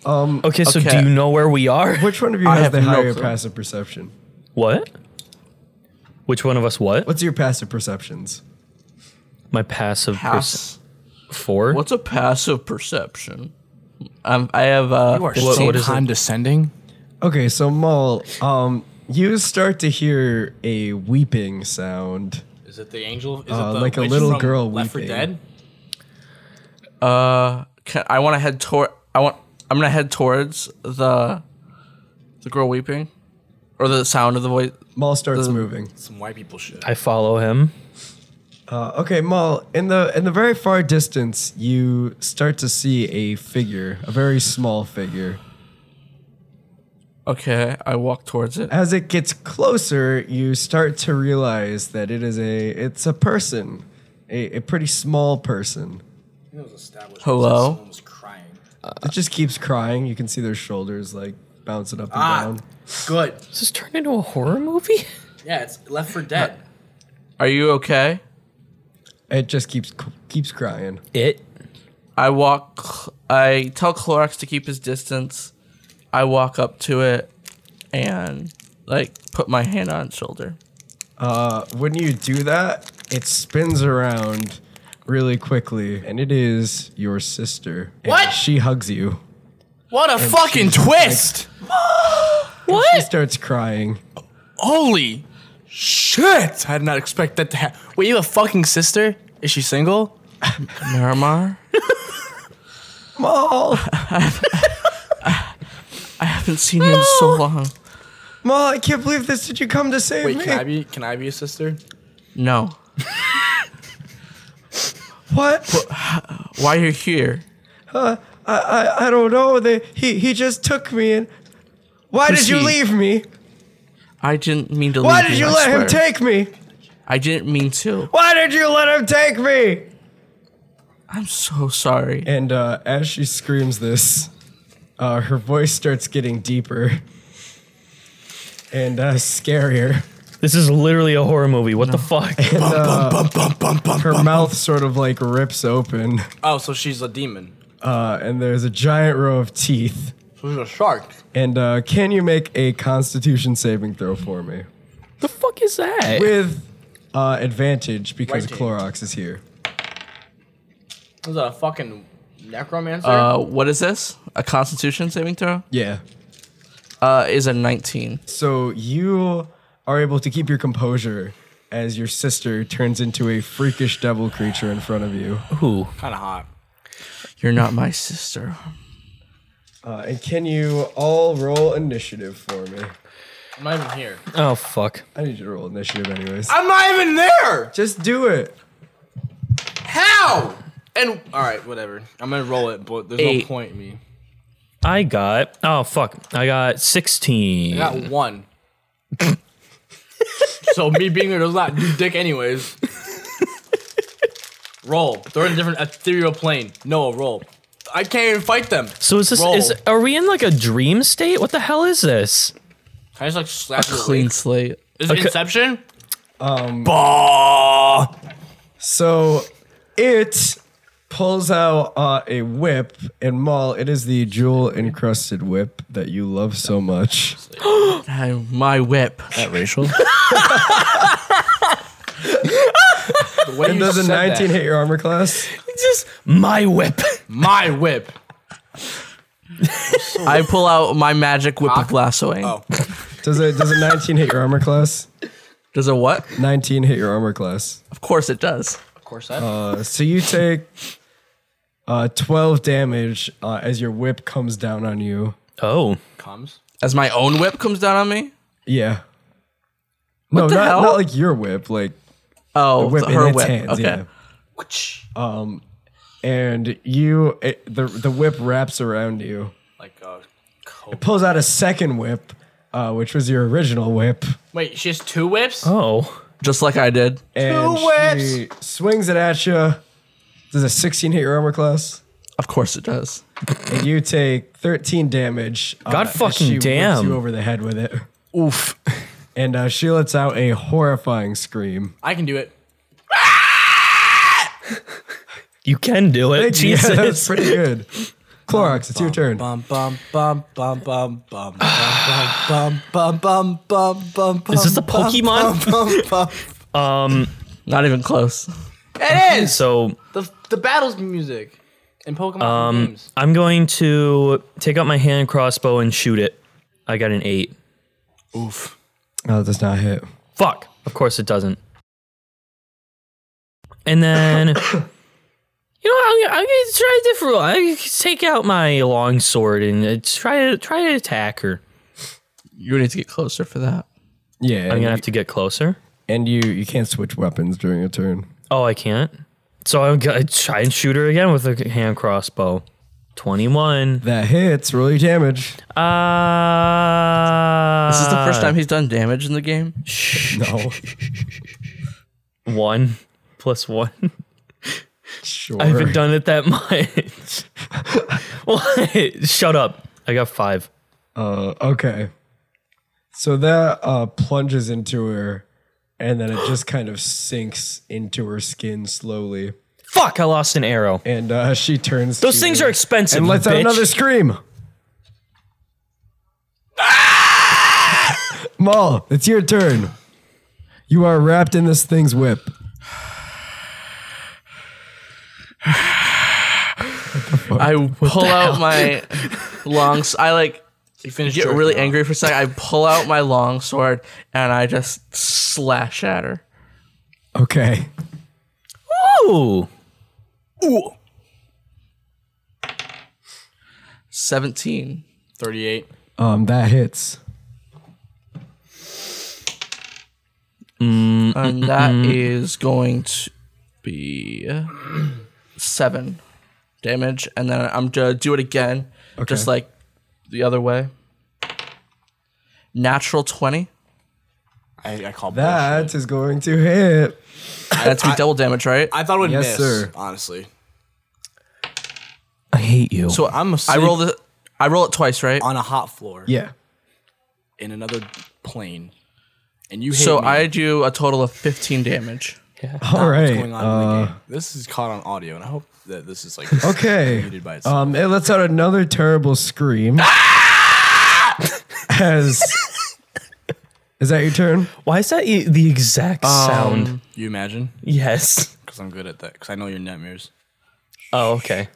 Speaker 2: Okay, so
Speaker 5: Okay.
Speaker 2: do you know where we are?
Speaker 3: Which one of you
Speaker 5: I
Speaker 3: has
Speaker 5: have
Speaker 3: the
Speaker 5: no
Speaker 3: higher
Speaker 5: clue.
Speaker 3: passive perception?
Speaker 2: What? Which one of us what?
Speaker 3: What's your passive perceptions?
Speaker 2: My passive perce-
Speaker 5: pass.
Speaker 2: four?
Speaker 5: What's a passive perception? Um, I have uh,
Speaker 2: What- so what is it?
Speaker 4: condescending.
Speaker 3: Okay, so Maul, um, you start to hear a weeping sound.
Speaker 4: Is it the angel? Is
Speaker 3: Uh,
Speaker 4: it the
Speaker 3: like a
Speaker 4: witch
Speaker 3: little
Speaker 4: from
Speaker 3: girl
Speaker 4: Left 4
Speaker 3: weeping.
Speaker 4: Dead?
Speaker 5: Can, I want to head toward. I want. I'm gonna head towards the, the girl weeping, or the sound of the voice.
Speaker 3: Maul starts moving.
Speaker 4: Some white people shit.
Speaker 2: I follow him.
Speaker 3: Uh, okay, Maul, in the in the very far distance, you start to see a figure, a very small figure.
Speaker 5: Okay, I walk towards it.
Speaker 3: As it gets closer, you start to realize that it is a it's a person, a, a pretty small person.
Speaker 5: Hello?
Speaker 4: Someone was crying.
Speaker 3: It just keeps crying. You can see their shoulders like bouncing up and
Speaker 4: Ah.
Speaker 3: down.
Speaker 4: Good.
Speaker 2: Is this turned into a horror movie?
Speaker 4: Yeah, it's Left for Dead.
Speaker 5: Are you okay?
Speaker 3: It just keeps keeps crying.
Speaker 2: It.
Speaker 5: I walk. I tell Clorox to keep his distance. I walk up to it and like put my hand on its shoulder.
Speaker 3: when you do that, it spins around really quickly, and it is your sister. And
Speaker 4: What?
Speaker 3: She hugs you.
Speaker 4: What a fucking twist!
Speaker 3: She starts crying.
Speaker 4: Holy shit! I did not expect that to happen. Wait, you have a fucking sister? Is she single?
Speaker 5: Miramar,
Speaker 3: Maul,
Speaker 5: I haven't seen you in so long.
Speaker 3: Maul, I can't believe this. Did you come to save
Speaker 4: Wait,
Speaker 3: me?
Speaker 4: can I be? Can I be a sister?
Speaker 5: No.
Speaker 3: what?
Speaker 5: Why you're here?
Speaker 3: I, I I don't know. They he he just took me and. Why
Speaker 5: Who's
Speaker 3: did you
Speaker 5: he?
Speaker 3: leave me?
Speaker 5: I didn't mean to.
Speaker 3: Why
Speaker 5: leave
Speaker 3: did
Speaker 5: you
Speaker 3: you
Speaker 5: I
Speaker 3: let
Speaker 5: swear.
Speaker 3: him take me?
Speaker 5: I didn't mean to.
Speaker 3: Why did you let him take me?
Speaker 5: I'm so sorry.
Speaker 3: And uh, as she screams this, uh, her voice starts getting deeper and uh, scarier.
Speaker 2: This is literally a horror movie. What the fuck?
Speaker 3: uh, her mouth sort of like rips open,
Speaker 4: Oh, so she's a demon.
Speaker 3: uh, and there's a giant row of teeth.
Speaker 4: So she's a shark.
Speaker 3: And uh, can you make a Constitution saving throw for me
Speaker 2: the fuck is that?
Speaker 3: with uh, advantage because
Speaker 4: Right.
Speaker 3: Clorox is here?
Speaker 4: Was that a fucking necromancer?
Speaker 5: Uh, what is this? A Constitution saving throw?
Speaker 3: Yeah.
Speaker 5: Uh, is a 19.
Speaker 3: So you are able to keep your composure as your sister turns into a freakish devil creature in front of you.
Speaker 2: Who?
Speaker 4: kind of hot.
Speaker 5: You're not my sister.
Speaker 3: Uh, and can you all roll initiative for me?
Speaker 4: I'm not even here.
Speaker 2: Oh fuck.
Speaker 3: I need you to roll initiative anyways.
Speaker 4: I'm not even there.
Speaker 3: Just do it.
Speaker 4: How? And all right, whatever. I'm gonna roll it, but there's
Speaker 5: Eight.
Speaker 4: no point in me.
Speaker 2: I got oh fuck. I got sixteen.
Speaker 4: I got one. so me being there does not do dick anyways. roll. They're in a different ethereal plane. No, roll. I can't even fight them.
Speaker 2: So is this is
Speaker 4: Roll.
Speaker 2: are we in like a dream state? What the hell is this?
Speaker 4: Can I just like slap you?
Speaker 5: Clean
Speaker 4: Clean.
Speaker 5: slate.
Speaker 4: Is it Inception?
Speaker 3: So it pulls out uh, a whip, and Maul, it is the jewel encrusted whip that you love so much.
Speaker 5: Damn, my whip. That racial.
Speaker 4: The way
Speaker 3: And
Speaker 4: you
Speaker 3: does a
Speaker 4: said
Speaker 3: 19
Speaker 4: that.
Speaker 3: hit your armor class?
Speaker 2: Just my whip.
Speaker 4: My whip.
Speaker 5: I pull out my magic whip of lassoing.
Speaker 3: Does a does a 19 hit your armor class?
Speaker 5: Does it what?
Speaker 3: 19 hit your armor class.
Speaker 5: Of course it does.
Speaker 4: Of course that.
Speaker 3: Uh, so you take uh, 12 damage uh, as your whip comes down on you.
Speaker 2: Oh.
Speaker 4: comes.
Speaker 5: As my own whip comes down on me.
Speaker 3: Yeah. no,
Speaker 5: the
Speaker 3: not,
Speaker 5: hell?
Speaker 3: not like your whip, like
Speaker 5: Oh,
Speaker 3: whip
Speaker 5: th-
Speaker 3: in
Speaker 5: her
Speaker 3: its
Speaker 5: whip.
Speaker 3: hands.
Speaker 5: okay.
Speaker 3: Yeah. Um, And you, it, the the whip wraps around you.
Speaker 4: Like uh cobra.
Speaker 3: Pulls out a second whip, uh, which was your original whip,
Speaker 4: Wait, she has two whips?
Speaker 2: Oh.
Speaker 5: Just like I did.
Speaker 3: and she swings it at you. Does a 16 hit your armor class?
Speaker 5: Of course it does.
Speaker 3: And you take 13 damage. uh,
Speaker 2: God
Speaker 3: as
Speaker 2: fucking
Speaker 3: she whips
Speaker 2: damn.
Speaker 3: You over the head with it,
Speaker 2: Oof.
Speaker 3: and uh, she lets out a horrifying scream.
Speaker 2: Ah,
Speaker 4: I can do it.
Speaker 2: You can do it.
Speaker 3: Yeah, that was
Speaker 2: Jesus.
Speaker 3: pretty good. Clorox, it's your turn.
Speaker 4: Bum bum bum bum bum bum bum bum bum bum bum bum bum.
Speaker 2: Is this a Pokemon?
Speaker 5: Not even close.
Speaker 4: It is
Speaker 2: so
Speaker 4: the the battles music in Pokemon games.
Speaker 2: I'm going to take out my hand crossbow and shoot it. I got an eight.
Speaker 3: No, that's Oh, not hit.
Speaker 2: Fuck. Of course it doesn't. And then, you know, what, I'm, I'm gonna try a different. one. I take out my long sword and uh, try to try to attack her.
Speaker 5: You need to get closer for that.
Speaker 3: Yeah,
Speaker 2: I'm
Speaker 3: and,
Speaker 2: gonna have to get closer.
Speaker 3: and you you can't switch weapons during a turn.
Speaker 2: Oh, I can't. So I'm gonna try and shoot her again with a hand crossbow. Twenty-one.
Speaker 3: That hits. Roll your damage.
Speaker 2: Uh,
Speaker 5: This is the first time he's done damage in the game.
Speaker 3: No,
Speaker 2: One plus one.
Speaker 3: sure.
Speaker 2: I haven't done it that much. what? Shut up. I got five.
Speaker 3: Uh, okay. So that uh, plunges into her, and then it just kind of sinks into her skin slowly,
Speaker 2: Fuck! I lost an arrow.
Speaker 3: and uh, she turns.
Speaker 2: Those
Speaker 3: to
Speaker 2: things
Speaker 3: you
Speaker 2: are expensive.
Speaker 3: and lets out
Speaker 2: bitch.
Speaker 3: another scream.
Speaker 2: Ah!
Speaker 3: Maul, it's your turn. You are wrapped in this thing's whip.
Speaker 5: I pull out my long. s- I like
Speaker 4: You finished
Speaker 5: get really angry for a second. I pull out my long sword and I just slash at her.
Speaker 3: Okay.
Speaker 2: Ooh.
Speaker 5: 17.
Speaker 4: 38.
Speaker 3: Um, that hits.
Speaker 5: And that
Speaker 4: Mm-hmm.
Speaker 5: is going to be 7 damage. And then I'm going to do it again, just
Speaker 3: Okay.
Speaker 5: like the other way. Natural 20.
Speaker 4: I, I call that.
Speaker 3: That is going to hit.
Speaker 5: That's be double damage, right?
Speaker 4: I thought it would
Speaker 3: Yes,
Speaker 4: miss.
Speaker 3: sir.
Speaker 4: Honestly,
Speaker 2: I hate you.
Speaker 5: so
Speaker 4: I'm
Speaker 5: I'm
Speaker 4: a
Speaker 5: I roll the I roll it twice, right?
Speaker 4: on a hot floor
Speaker 3: Yeah.
Speaker 4: in another plane, and you hate
Speaker 5: So
Speaker 4: me.
Speaker 5: I do a total of 15 damage.
Speaker 3: All right.
Speaker 4: What's going on in the game? This is caught on audio, and I hope that this is like
Speaker 3: Uh, Okay.
Speaker 4: muted by itself.
Speaker 3: Um, it lets out another terrible scream.
Speaker 2: Ah!
Speaker 3: As is that your turn?
Speaker 2: Why is that e- the exact sound?
Speaker 4: you imagine?
Speaker 2: Yes.
Speaker 4: Because I'm good at that. Because I know your nightmares.
Speaker 2: Oh, okay.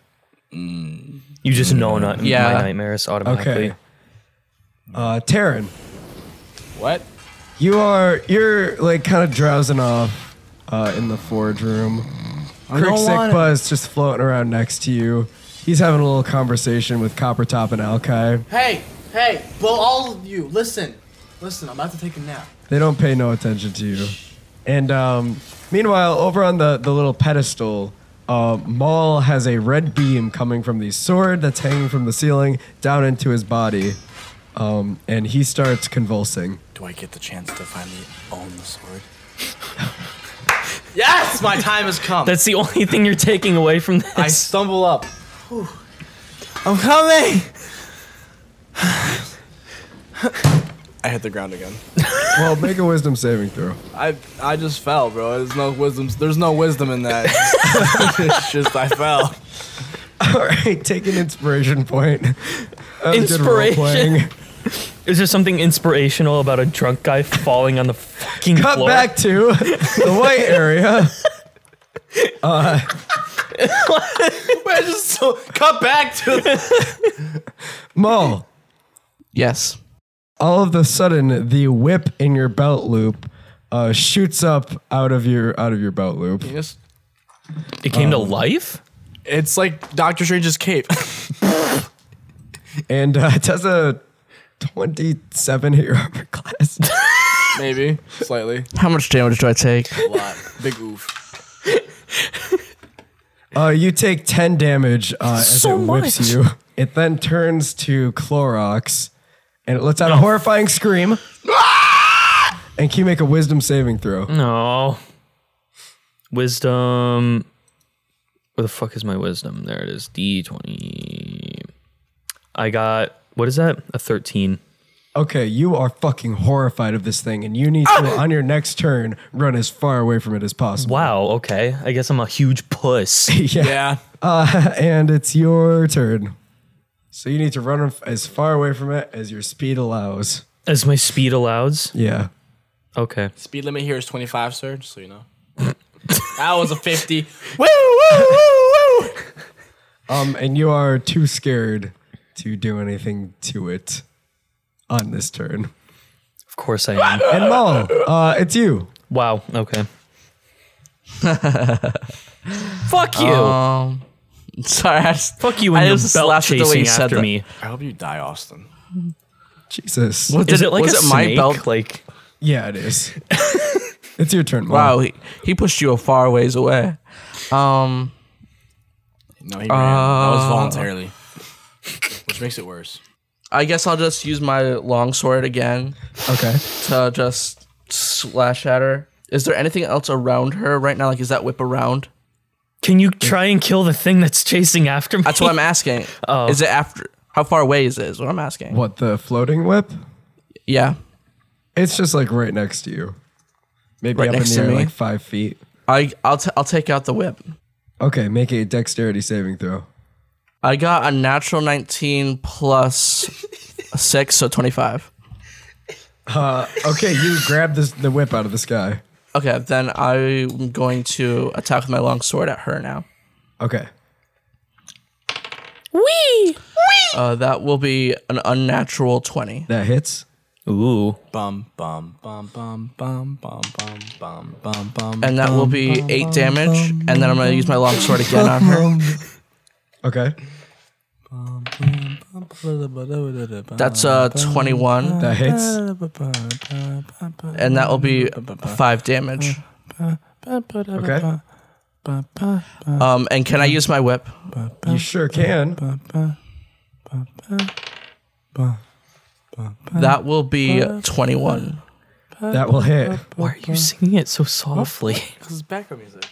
Speaker 2: You just know not
Speaker 5: Yeah.
Speaker 2: my nightmares automatically.
Speaker 3: Okay. Uh, Taryn,
Speaker 4: What?
Speaker 3: you are you're like kind of drowsing off uh, in the forge room. Crick
Speaker 4: don't want it.
Speaker 3: Buzz just floating around next to you. He's having a little conversation with Coppertop and Alki.
Speaker 4: Hey, hey! Well, all of you, listen, listen. I'm about to take a nap.
Speaker 3: They don't pay no attention to you. And um, meanwhile, over on the, the little pedestal, Uh, Maul has a red beam coming from the sword that's hanging from the ceiling down into his body, um, and he starts convulsing.
Speaker 4: Do I get the chance to finally own the sword? yes, my time has come.
Speaker 2: That's the only thing you're taking away from this.
Speaker 4: I stumble up.
Speaker 5: I'm coming.
Speaker 4: I hit the ground again.
Speaker 3: Well, make a wisdom saving throw.
Speaker 4: I I just fell, bro. There's no wisdom. There's no wisdom in that. it's just I fell.
Speaker 3: All right, take an inspiration point. That was good
Speaker 2: Inspiration.
Speaker 3: role-playing.
Speaker 2: Is there something inspirational about a drunk guy falling on the fucking
Speaker 3: Cut
Speaker 2: floor?
Speaker 3: back to the white area.
Speaker 4: I just so, cut back to.
Speaker 3: Maul,
Speaker 5: Yes.
Speaker 3: all of a sudden, the whip in your belt loop uh, shoots up out of your out of your belt loop.
Speaker 4: Yes.
Speaker 2: It came to
Speaker 5: Oh.
Speaker 2: life.
Speaker 4: It's like Doctor Strange's cape.
Speaker 3: And uh, does a 27 hit your armor class.
Speaker 4: Maybe slightly.
Speaker 5: How much damage do I take?
Speaker 4: A lot. Big oof.
Speaker 3: Uh, you take 10 damage uh, as
Speaker 2: So
Speaker 3: it whips
Speaker 2: much.
Speaker 3: you. It then turns to Clorox and it lets out a horrifying scream.
Speaker 2: Ah!
Speaker 3: and can you make a wisdom saving throw?
Speaker 2: No. Wisdom. Where the fuck is my wisdom? There it is. D twenty. I got what is that? A thirteen.
Speaker 3: Okay, you are fucking horrified of this thing and you need to,
Speaker 5: Ah!
Speaker 3: on your next turn, run as far away from it as possible.
Speaker 2: Wow. Okay. I guess I'm a huge puss.
Speaker 3: yeah.
Speaker 4: Yeah.
Speaker 3: Uh, and it's your turn. So you need to run af- as far away from it as your speed allows.
Speaker 2: As my speed allows.
Speaker 3: Yeah.
Speaker 2: Okay.
Speaker 4: Speed limit here is 25, sir. Just so you know. that was a 50.
Speaker 2: Woo! Woo! Woo! Woo!
Speaker 3: Um, and you are too scared to do anything to it on this turn.
Speaker 2: Of course I am.
Speaker 3: And Maul, uh, it's you.
Speaker 2: wow. Okay. fuck you.
Speaker 5: Um. Sorry. I just,
Speaker 2: fuck you
Speaker 5: I
Speaker 2: and your
Speaker 5: just
Speaker 2: belt
Speaker 5: laughed at the way
Speaker 2: chasing
Speaker 5: you said
Speaker 2: after
Speaker 5: that.
Speaker 2: me.
Speaker 4: I hope you die, Austin.
Speaker 3: Jesus.
Speaker 5: What
Speaker 2: Is
Speaker 5: did
Speaker 2: it like
Speaker 5: was
Speaker 2: a
Speaker 5: it my
Speaker 2: snake?
Speaker 5: belt?
Speaker 2: Like
Speaker 3: Yeah, it is. it's your turn, Maul.
Speaker 2: oh.
Speaker 5: Wow. He, he pushed you a far ways away. Um.
Speaker 4: No, he ran. that
Speaker 5: Uh.
Speaker 4: was voluntarily, which makes it worse.
Speaker 5: I guess I'll just use my long sword again
Speaker 3: Okay.
Speaker 5: to just slash at her. Is there anything else around her right now? Like, is that whip around?
Speaker 2: Can you try and kill the thing that's chasing after me?
Speaker 5: That's what I'm asking.
Speaker 2: Oh.
Speaker 5: Is it after? How far away is it? Is what I'm asking.
Speaker 3: What, the floating whip?
Speaker 5: Yeah.
Speaker 3: It's just like right next to you. Maybe
Speaker 5: Right
Speaker 3: up
Speaker 5: next
Speaker 3: in
Speaker 5: to
Speaker 3: the air,
Speaker 5: me?
Speaker 3: like five feet.
Speaker 5: I I'll t- I'll take out the whip.
Speaker 3: Okay, make a dexterity saving throw.
Speaker 5: I got a natural 19 plus six, so 25.
Speaker 3: Okay, you grab this, the whip out of the sky.
Speaker 5: Okay, then I'm going to attack with my long sword at her now.
Speaker 3: Okay.
Speaker 5: Uh, that will be an unnatural 20.
Speaker 3: That hits.
Speaker 2: Ooh.
Speaker 4: Bum bum bum bum bum bum bum bum bum bum.
Speaker 5: And that will be eight damage. And then I'm going to use my long sword again on her.
Speaker 3: Okay.
Speaker 5: That's uh, 21.
Speaker 3: That hits.
Speaker 5: And that will be five damage.
Speaker 3: Okay.
Speaker 5: Um, and can I use my whip?
Speaker 3: You sure can.
Speaker 5: That will be 21.
Speaker 3: That will hit.
Speaker 2: Why are you singing it so softly?
Speaker 4: this is background music.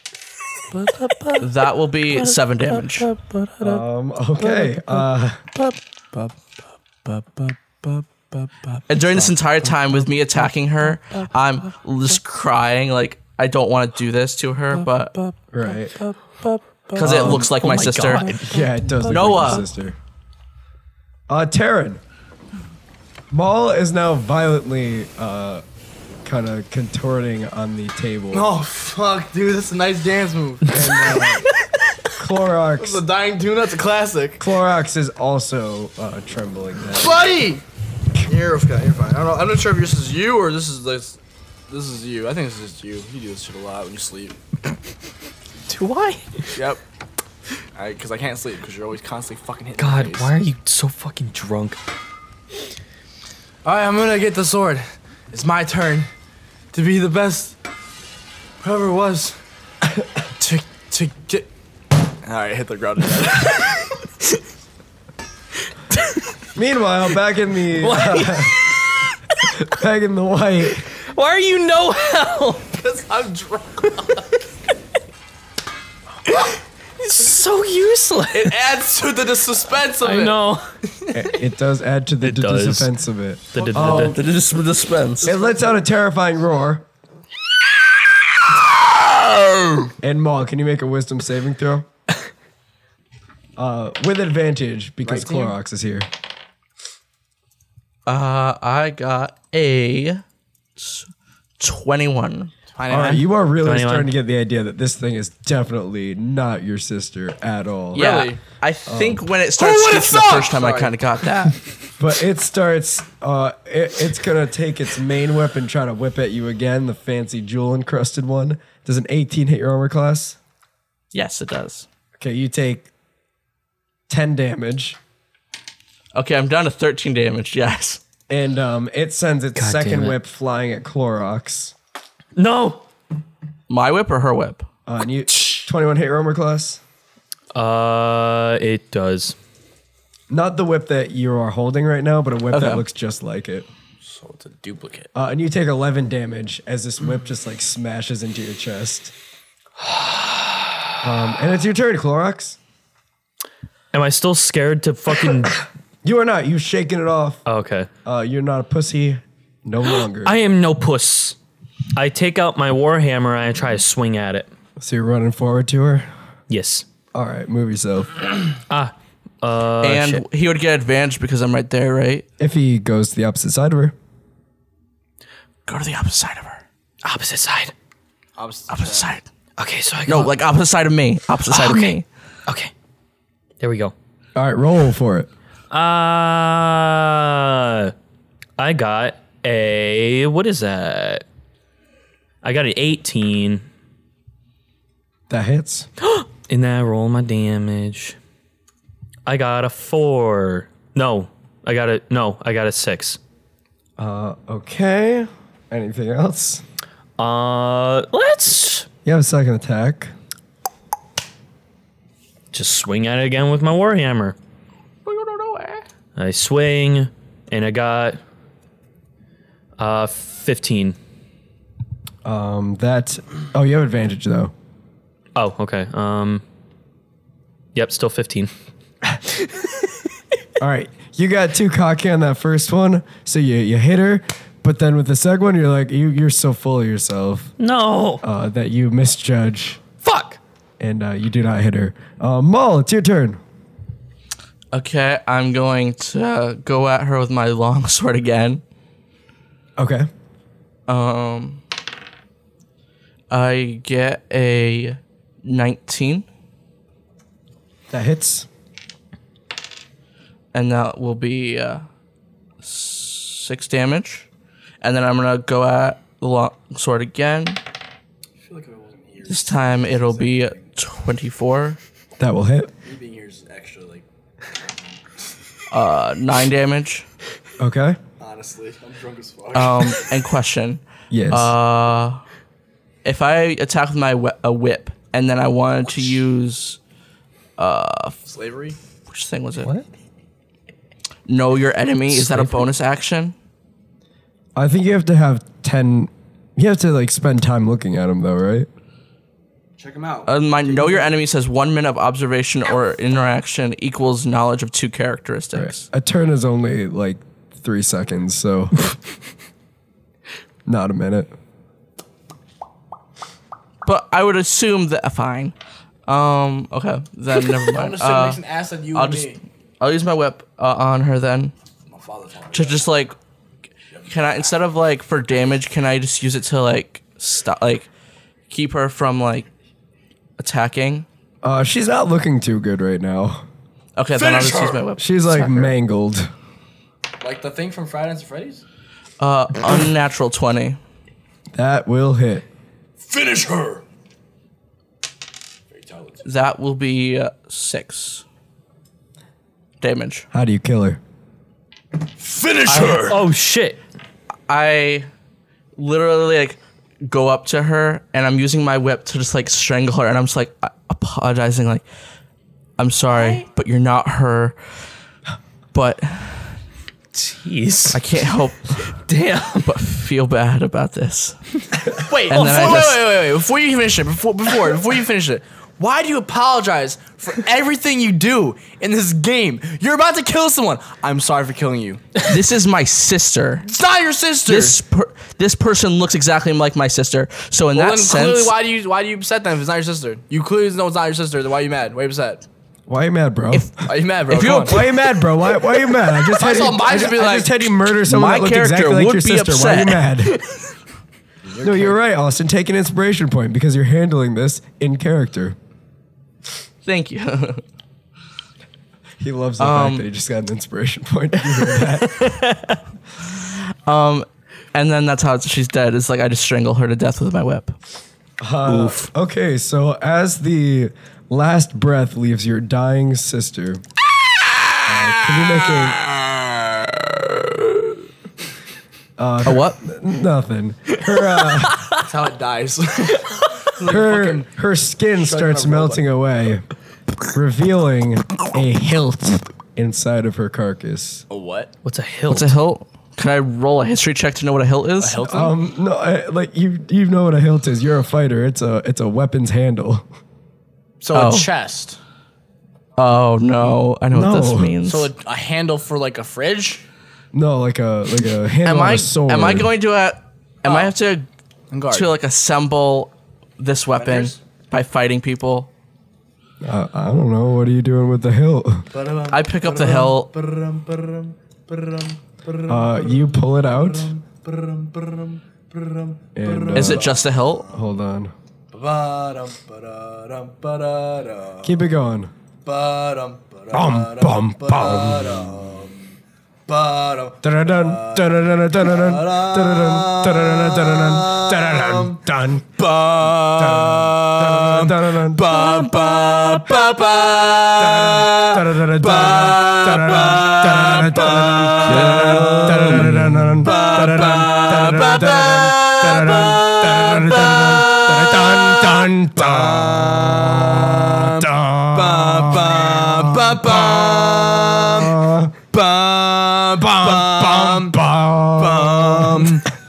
Speaker 5: That will be seven damage.
Speaker 3: Um, okay. Uh,
Speaker 5: And during this entire time with me attacking her, I'm just crying like I don't want to do this to her, but
Speaker 3: right.
Speaker 5: because it looks like Oh my,
Speaker 2: my
Speaker 5: sister.
Speaker 2: God.
Speaker 3: Yeah, it does. Look Like
Speaker 5: Noah.
Speaker 3: your sister. Uh, Taryn. Maul is now violently, uh, kind of contorting on the table.
Speaker 4: Oh fuck, dude, this is a nice dance move. the
Speaker 3: Clorox.
Speaker 4: dying tune, that's a classic.
Speaker 3: Clorox is also uh, trembling. Now.
Speaker 4: Buddy! You're okay, you're fine. I don't know, I'm not sure if this is you or this is this this is you. I think this is just you. You do this shit a lot when you sleep.
Speaker 2: Do I?
Speaker 4: Yep. I, cause I can't sleep because you're always constantly fucking hitting my
Speaker 2: God,
Speaker 4: face.
Speaker 2: why are you so fucking drunk?
Speaker 4: All right, I'm gonna get the sword. It's my turn to be the best, whoever it was, to to get
Speaker 5: All right, hit the ground. again.
Speaker 3: Meanwhile, back in the uh, back in the white,
Speaker 2: Why are you no help?
Speaker 5: I'm drunk.
Speaker 2: So useless.
Speaker 5: It adds to the suspense of
Speaker 2: I know.
Speaker 3: it does add to the
Speaker 2: It does.
Speaker 3: defense of it.
Speaker 2: The- the- the-
Speaker 3: Oh.
Speaker 5: The dis- dispense.
Speaker 3: It lets out a terrifying roar. And Maul, can you make a wisdom saving throw? Uh, with advantage because Clorox is here.
Speaker 5: Uh, I got a t- twenty-one.
Speaker 3: All right, you are really
Speaker 2: 21.
Speaker 3: starting to get the idea that this thing is definitely not your sister at all.
Speaker 5: Yeah,
Speaker 4: Really?
Speaker 5: I think when it starts
Speaker 4: Oh, what a
Speaker 5: skipping the
Speaker 4: suck!
Speaker 5: first time, I
Speaker 4: Sorry.
Speaker 5: kind of got that.
Speaker 3: But it starts. Uh, it, it's gonna take its main whip and try to whip at you again. The fancy jewel encrusted one. Does an 18 hit your armor class?
Speaker 5: yes, it does.
Speaker 3: Okay, you take 10 damage,
Speaker 5: Okay, I'm down to thirteen damage. Yes.
Speaker 3: and um, it sends its second
Speaker 2: damn it.
Speaker 3: whip flying at Clorox.
Speaker 2: no.
Speaker 5: My whip or her whip?
Speaker 3: Uh, and you 21 hit your armor class.
Speaker 2: Uh, it does.
Speaker 3: Not the whip that you are holding right now, but a whip
Speaker 5: Okay.
Speaker 3: that looks just like it.
Speaker 4: So it's a duplicate.
Speaker 3: Uh, and you take 11 damage as this whip just like smashes into your chest. Um, and it's your turn, Clorox.
Speaker 2: Am I still scared to fucking? Oh,
Speaker 3: You are not. You've shaken it off.
Speaker 2: okay.
Speaker 3: Uh, you're not a pussy no longer.
Speaker 2: I am no puss. I take out my warhammer and I try to swing at it.
Speaker 3: so you're running forward to her.
Speaker 2: Yes.
Speaker 3: All right, move yourself.
Speaker 5: and he would get advantage because I'm right there, right?
Speaker 3: If he goes to the opposite side of her,
Speaker 5: Go to the opposite side of her.
Speaker 2: Opposite side.
Speaker 4: Opposite
Speaker 5: Opposite side.
Speaker 2: Okay, so I
Speaker 5: No,
Speaker 2: go.
Speaker 5: like opposite side of me. Opposite side
Speaker 2: okay.
Speaker 5: of me.
Speaker 2: okay. There we go.
Speaker 3: all right, roll for it.
Speaker 2: Uh, I got a what is that? I got an 18.
Speaker 3: That hits.
Speaker 2: And then I roll my damage. I got a four. No, I got a no. I got a six.
Speaker 3: Okay. Anything else?
Speaker 2: Uh, let's
Speaker 3: You have a second attack.
Speaker 2: just swing at it again with my warhammer. I swing, and I got uh 15.
Speaker 3: Um, that. Oh, you have advantage though.
Speaker 2: Oh, okay. Um, yep, still 15.
Speaker 3: All right, you got too cocky on that first one, so you you hit her, but then with the second one, you're like you you're so full of yourself
Speaker 2: No,
Speaker 3: uh, that you misjudge
Speaker 2: fuck.
Speaker 3: and uh, you do not hit her. Uh, Maul, it's your turn.
Speaker 5: Okay, I'm going to go at her with my long sword again.
Speaker 3: Okay.
Speaker 5: Um, I get a 19,
Speaker 3: That hits.
Speaker 5: and that will be uh, six damage. And then I'm gonna go at the long sword again. This time it'll be 24,
Speaker 3: That will hit.
Speaker 4: being here is extra, like,
Speaker 5: uh, nine damage.
Speaker 3: Okay.
Speaker 4: honestly. I'm drunk as fuck.
Speaker 5: Um, and question:
Speaker 3: Yes.
Speaker 5: If I attack with my whi- a whip, and then I wanted to use uh,
Speaker 4: Slavery?
Speaker 5: which thing was it? Know your enemy. Is that a bonus action?
Speaker 3: I think you have to have ten. You have to like spend time looking at him though, right?
Speaker 4: Check him out.
Speaker 5: Uh, my know your enemy says one minute of observation or interaction equals knowledge of two characteristics.
Speaker 3: A turn is only like three seconds, so not a minute.
Speaker 5: But I would assume that uh, fine. Um. Okay. Then never
Speaker 4: I'm
Speaker 5: mind.
Speaker 4: gonna
Speaker 5: Uh,
Speaker 4: makes an ass of you
Speaker 5: I'll
Speaker 4: and
Speaker 5: just
Speaker 4: me.
Speaker 5: I'll use my whip uh, on her then
Speaker 4: My father taught me.
Speaker 5: to just like can I instead of like for damage can I just use it to like stop like keep her from like attacking.
Speaker 3: Uh, she's not looking too good right now.
Speaker 5: Okay, then I'll just use my whip.
Speaker 3: She's like mangled.
Speaker 4: Like the thing from Friday and Freddy's?
Speaker 5: Uh, unnatural twenty.
Speaker 3: That will hit.
Speaker 4: Finish her! Very talented.
Speaker 5: That will be uh, six damage.
Speaker 3: How do you kill her?
Speaker 1: Finish her!
Speaker 2: Oh shit.
Speaker 5: I literally like go up to her and I'm using my whip to just like strangle her, and I'm just like a- apologizing, like, I'm sorry, but you're not her. But
Speaker 2: Jeez.
Speaker 5: I can't help
Speaker 2: Damn.
Speaker 5: but feel bad about this.
Speaker 4: Wait, before,
Speaker 5: And then I
Speaker 4: wait,
Speaker 5: just-
Speaker 4: wait, wait, wait, before you finish it, before, before, before you finish it, why do you apologize for everything you do in this game? You're about to kill someone. I'm sorry for killing you.
Speaker 5: This is my sister.
Speaker 4: It's not your sister.
Speaker 5: This per- this person looks exactly like my sister. So in
Speaker 4: well,
Speaker 5: that
Speaker 4: then clearly,
Speaker 5: sense,
Speaker 4: why do you why do you upset them if it's not your sister? You clearly know it's not your sister. Then why are you mad? Why are you upset?
Speaker 3: Why are you mad, bro?
Speaker 4: Why are you mad, bro?
Speaker 5: If you
Speaker 4: Come on.
Speaker 3: Why are you mad, bro? Why, why are you mad? I just had you,
Speaker 4: saw mine
Speaker 3: I,
Speaker 4: should be
Speaker 3: I
Speaker 4: like,
Speaker 3: just had you murder someone
Speaker 5: "My
Speaker 3: that looked
Speaker 5: character
Speaker 3: exactly like
Speaker 5: would
Speaker 3: your
Speaker 5: be
Speaker 3: sister. Why are you
Speaker 5: upset."
Speaker 3: mad? no, you're right, Austin. Take an inspiration point because you're handling this in character.
Speaker 5: thank you.
Speaker 3: He loves the fact that he just got an inspiration point.
Speaker 5: and then that's how she's dead. It's like I just strangle her to death with my whip.
Speaker 3: okay, so as the last breath leaves your dying sister, uh, can you make a
Speaker 5: A what?
Speaker 3: Nothing. Her uh,
Speaker 4: That's how it dies.
Speaker 3: her her skin starts melting away, revealing a hilt inside of her carcass.
Speaker 5: Oh.
Speaker 4: A what?
Speaker 2: What's a hill?
Speaker 5: What's a hilt? Can I roll a history check to know what a hilt is?
Speaker 3: Um, no, I, like you you know what a hilt is. You're a fighter. It's a it's a weapon's handle.
Speaker 4: So
Speaker 5: Oh.
Speaker 4: a chest.
Speaker 5: Oh no, I know what
Speaker 3: No.
Speaker 5: this means.
Speaker 4: So a, a handle for like a fridge.
Speaker 3: No, like a like a handle.
Speaker 5: am
Speaker 3: on
Speaker 5: I
Speaker 3: Oh, a sword.
Speaker 5: am I going to a am
Speaker 4: Uh,
Speaker 5: I have to
Speaker 4: And guard.
Speaker 5: to like assemble this weapon
Speaker 4: Defenders?
Speaker 5: by fighting people?
Speaker 3: I don't know. What are you doing with the hilt?
Speaker 5: I pick up the hilt.
Speaker 3: Uh, you pull it out. And,
Speaker 5: Is
Speaker 3: uh,
Speaker 5: it just a hilt?
Speaker 3: Hold on. Keep it going. Bum bum bum. Dun dun dun dun dun dun dun dun dun dun dun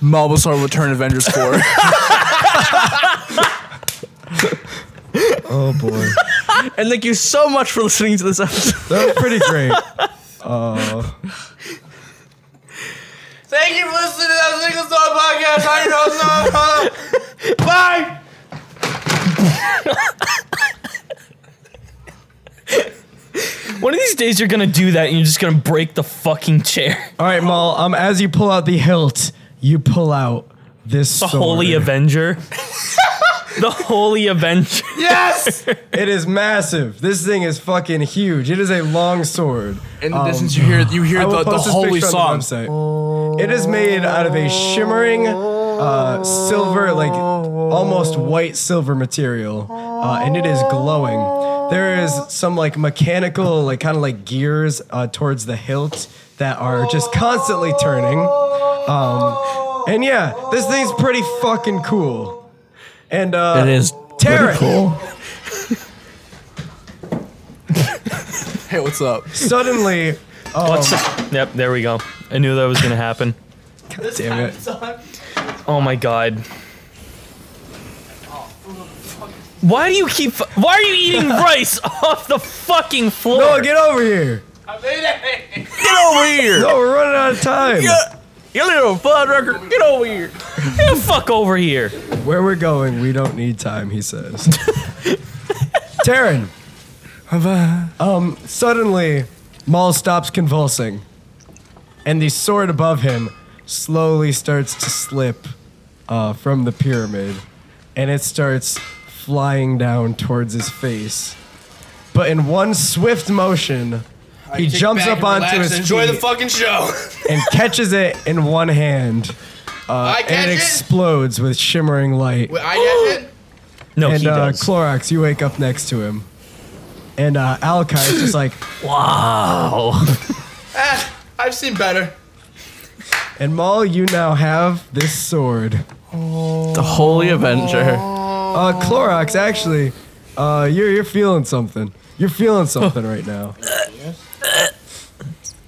Speaker 4: Marble Star Return Avengers 4.
Speaker 3: Oh boy.
Speaker 5: And thank you so much for listening to this episode.
Speaker 3: That was pretty great.
Speaker 4: Thank you for listening to the Single Star Podcast. I know so. Bye.
Speaker 2: One of these days you're gonna do that and you're just gonna break the fucking chair.
Speaker 3: All right, Maul. Um, as you pull out the hilt, you pull out this
Speaker 2: The Holy Avenger. the Holy Avenger.
Speaker 4: Yes.
Speaker 3: It is massive. This thing is fucking huge. It is a long sword.
Speaker 4: In the distance, you hear you hear
Speaker 3: I will
Speaker 4: the, the
Speaker 3: Oh, post this
Speaker 4: holy
Speaker 3: picture on
Speaker 4: song.
Speaker 3: the website. It is made out of a shimmering uh, silver, like almost white silver material, uh, and it is glowing. There is some like mechanical, like kind of like gears uh, towards the hilt that are just constantly turning. Um, and yeah, this thing's pretty fucking cool. And uh,
Speaker 5: It is
Speaker 3: Tarek,
Speaker 5: cool.
Speaker 4: Hey, what's up?
Speaker 3: suddenly,
Speaker 5: Oh,
Speaker 2: What's up? Yep, there we go. I knew that was gonna happen.
Speaker 3: damn it.
Speaker 2: Oh my god. Why do you keep? Why are you eating rice off the fucking floor?
Speaker 3: No, Oh, get over here.
Speaker 5: Get over here!
Speaker 3: No, we're running out of time.
Speaker 5: You little fuddrucker, get over here!
Speaker 2: Get the fuck over here.
Speaker 3: Where we're going, we don't need time, he says. Taryn. Um, suddenly, Maul stops convulsing, and the sword above him slowly starts to slip uh, from the pyramid, and it starts flying down towards his face. But in one swift motion, he jumps up onto his
Speaker 4: Enjoy the
Speaker 3: feet
Speaker 4: fucking show.
Speaker 3: and catches it in one hand,
Speaker 4: I
Speaker 3: and it explodes with shimmering light.
Speaker 4: I catch it.
Speaker 2: No,
Speaker 3: and
Speaker 2: he
Speaker 3: uh,
Speaker 2: does.
Speaker 3: Clorox, you wake up next to him, and uh, Alakai is just like,
Speaker 4: Ah, I've seen better.
Speaker 3: and Maul, you now have this sword.
Speaker 5: The Holy Avenger.
Speaker 3: Uh, Clorox, actually, Uh, you're you're feeling something. You're feeling something right now.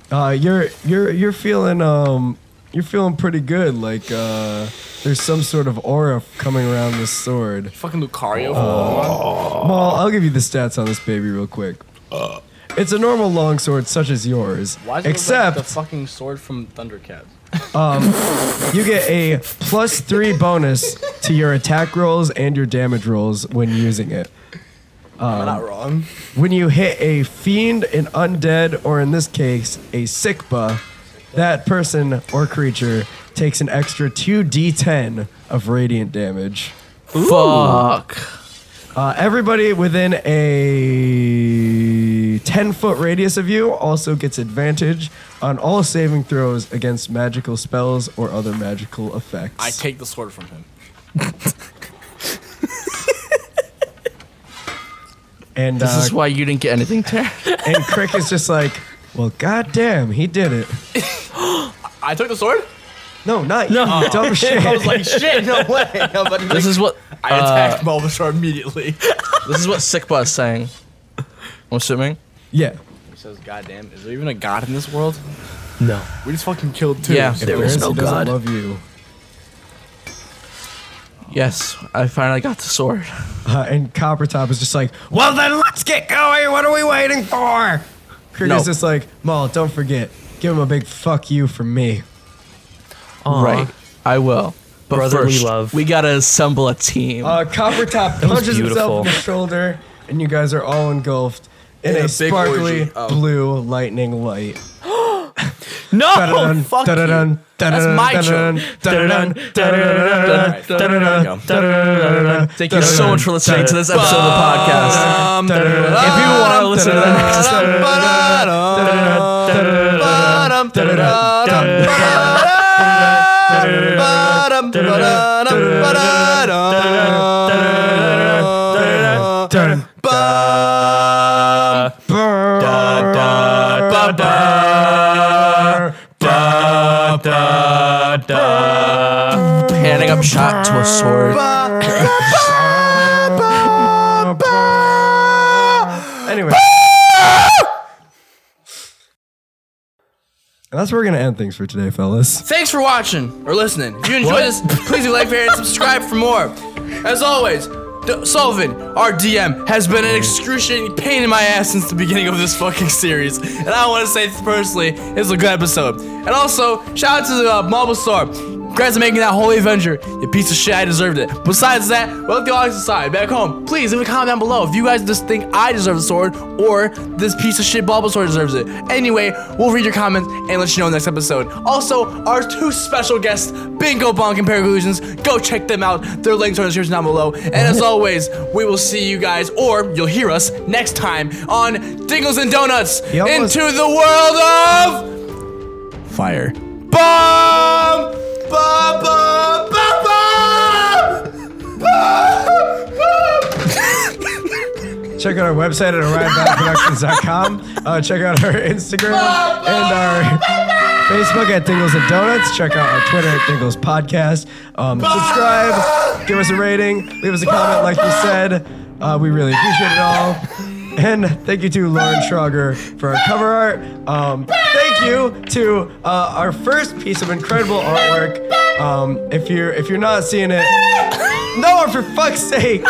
Speaker 3: Uh, you're you're you're feeling um you're feeling pretty good. Like uh, there's some sort of aura coming around this sword.
Speaker 4: Fucking Lucario.
Speaker 3: Well, I'll give you the stats on this baby real quick. Uh. It's a normal longsword such as yours,
Speaker 4: Why does
Speaker 3: except
Speaker 4: it look like the fucking sword from Thundercats?
Speaker 3: you get a plus three bonus to your attack rolls and your damage rolls when using it.
Speaker 4: Am I not wrong?
Speaker 3: When you hit a fiend, an undead, or in this case, a Sikpa, that person or creature takes an extra 2d10 of radiant damage.
Speaker 5: Fuck.
Speaker 3: Uh, everybody within a 10 foot radius of you also gets advantage on all saving throws against magical spells or other magical effects.
Speaker 4: I take the sword from him.
Speaker 3: and
Speaker 5: This
Speaker 3: uh,
Speaker 5: is why you didn't get anything, Terry.
Speaker 3: and Crick is just like, well, goddamn, he did it.
Speaker 4: I took the sword?
Speaker 3: No, not no. you, dumb shit.
Speaker 4: I was like, shit, no way. No, but
Speaker 5: This is what
Speaker 4: I attacked Bulbasaur immediately.
Speaker 5: this is what Sikba is saying. I'm assuming.
Speaker 3: yeah.
Speaker 4: He says, God damn, is there even a god in this world?
Speaker 2: No.
Speaker 4: We just fucking killed two.
Speaker 5: Yeah.
Speaker 4: So
Speaker 5: There
Speaker 3: Apparently doesn't love you.
Speaker 5: Yes, I finally got the sword.
Speaker 3: Uh, and Coppertop is just like,
Speaker 6: Well, then let's get going. What are we waiting for?
Speaker 3: Crick
Speaker 5: No.
Speaker 3: is just like, Maul, don't forget, give him a big fuck you from me.
Speaker 2: Aw.
Speaker 5: Right. I will. But
Speaker 2: Brotherly
Speaker 5: first,
Speaker 2: love.
Speaker 5: we gotta assemble a team.
Speaker 4: Oh,
Speaker 3: Uh, Coppertop
Speaker 2: was
Speaker 3: punches himself
Speaker 2: beautiful.
Speaker 3: in the shoulder, and you guys are all engulfed in,
Speaker 4: In
Speaker 3: a,
Speaker 4: a big
Speaker 3: sparkly
Speaker 4: orgy. Oh.
Speaker 3: blue lightning light.
Speaker 2: No.
Speaker 5: Oh,
Speaker 3: Dun-dun,
Speaker 4: fuck you.
Speaker 3: dun-dun,
Speaker 4: That's
Speaker 3: dun-dun,
Speaker 4: my
Speaker 3: dun-dun,
Speaker 2: Dun-dun,
Speaker 3: dun-dun,
Speaker 2: dun-dun,
Speaker 3: dun-dun,
Speaker 4: Alright.
Speaker 2: dun-dun, dun-dun.
Speaker 5: Thank you so much for listening to this episode of the podcast.
Speaker 4: Um,
Speaker 3: dun-dun,
Speaker 4: da-da-da-da,
Speaker 3: dun-dun,
Speaker 5: If you want to listen to the next
Speaker 4: ba-da-da-da, ba-dum, ba-da-dum, ba-da-da, ba-dum, ba-da-dum, ba-da-dum,
Speaker 3: dun-dun,
Speaker 4: ba-dum.
Speaker 5: handing up shot to a sword.
Speaker 3: Anyway. And that's where we're going to end things for today, fellas.
Speaker 4: Thanks for watching or listening. If you enjoyed this, please do like, favorite, and subscribe for more. As always, D- Sullivan, our DM, has been an excruciating pain in my ass since the beginning of this fucking series, and I want to say personally, it's a good episode. And also, shout out to the uh, Bulbasaur. Congrats on making that holy Avenger. You piece of shit, I deserved it. Besides that, well, let the audience decide. Back home, please leave a comment down below if you guys just think I deserve the sword or this piece of shit Bulbasaur deserves it. Anyway, we'll read your comments and let you know in the next episode. Also, our two special guests, Bingo Bonk and Paraglusions, go check them out. Their links are in the description down below. And as always, we will see you guys, or you'll hear us next time on Dingles and Donuts
Speaker 3: He almost-
Speaker 4: into the world of fire. Bomb! Bomb! Bomb! Bomb! Bomb!
Speaker 3: Check out our website at arrivebackproductions.com. Uh, check out our Instagram and our Facebook at Dingles and Donuts. Check out our Twitter at Dingles Podcast. Um, subscribe, give us a rating, leave us a comment, like we said. Uh, we really appreciate it all. And thank you to Lauren Schrager for our cover art. Um, thank you to uh, our first piece of incredible artwork. Um, if you're if you're not seeing it, no, for fuck's sake.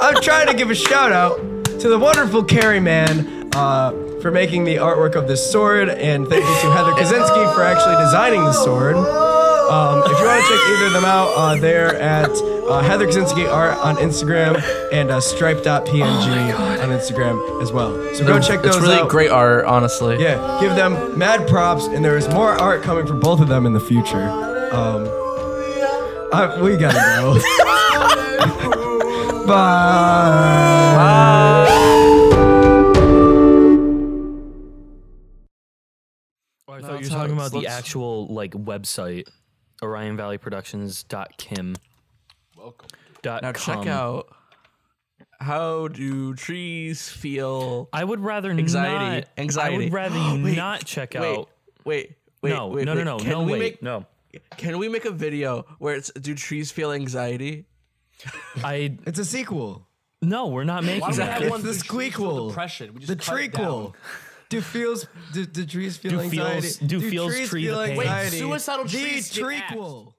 Speaker 3: I'm trying to give a shout out to the wonderful Carrie Man uh, for making the artwork of this sword, and thank you to Heather Kaczynski for actually designing the sword. Um, if you want to check either of them out, uh, they're at uh, Heather Kaczynski Art on Instagram and uh, Stripe.png on Instagram as well. So go check those
Speaker 5: Oh It's really
Speaker 3: out.
Speaker 5: great art, honestly.
Speaker 3: Yeah, give them mad props, and there is more art coming from both of them in the future. Um, I, we gotta go. Bye.
Speaker 2: Oh, I
Speaker 5: No,
Speaker 2: thought you
Speaker 5: it's
Speaker 2: were
Speaker 5: how
Speaker 2: talking
Speaker 5: it's-
Speaker 2: about the
Speaker 5: let's-
Speaker 2: actual like website, OrionValleyProductions.kim. Welcome.
Speaker 5: Now check out how do trees feel?
Speaker 2: I would rather
Speaker 5: Anxiety.
Speaker 2: not. I
Speaker 5: Anxiety.
Speaker 2: would rather you
Speaker 5: Wait,
Speaker 2: not check
Speaker 5: wait,
Speaker 2: out.
Speaker 5: Wait, wait,
Speaker 2: no,
Speaker 5: wait,
Speaker 2: no,
Speaker 5: wait.
Speaker 2: no, no,
Speaker 5: Can
Speaker 2: no,
Speaker 5: we
Speaker 2: wait,
Speaker 5: make,
Speaker 2: no.
Speaker 5: Can we make a video where it's do trees feel anxiety?
Speaker 2: I
Speaker 3: It's a sequel.
Speaker 2: No, we're not making
Speaker 4: Why would
Speaker 2: that.
Speaker 4: I want
Speaker 3: the
Speaker 4: to choose
Speaker 3: squeakquel.
Speaker 4: Depression. We just
Speaker 3: The
Speaker 4: cut it down.
Speaker 3: trequel. Do feels do, do trees feel
Speaker 2: Do feels-
Speaker 3: anxiety?
Speaker 2: do feels tree the pain?
Speaker 4: Wait, suicidal trees
Speaker 3: The
Speaker 4: get
Speaker 3: trequel.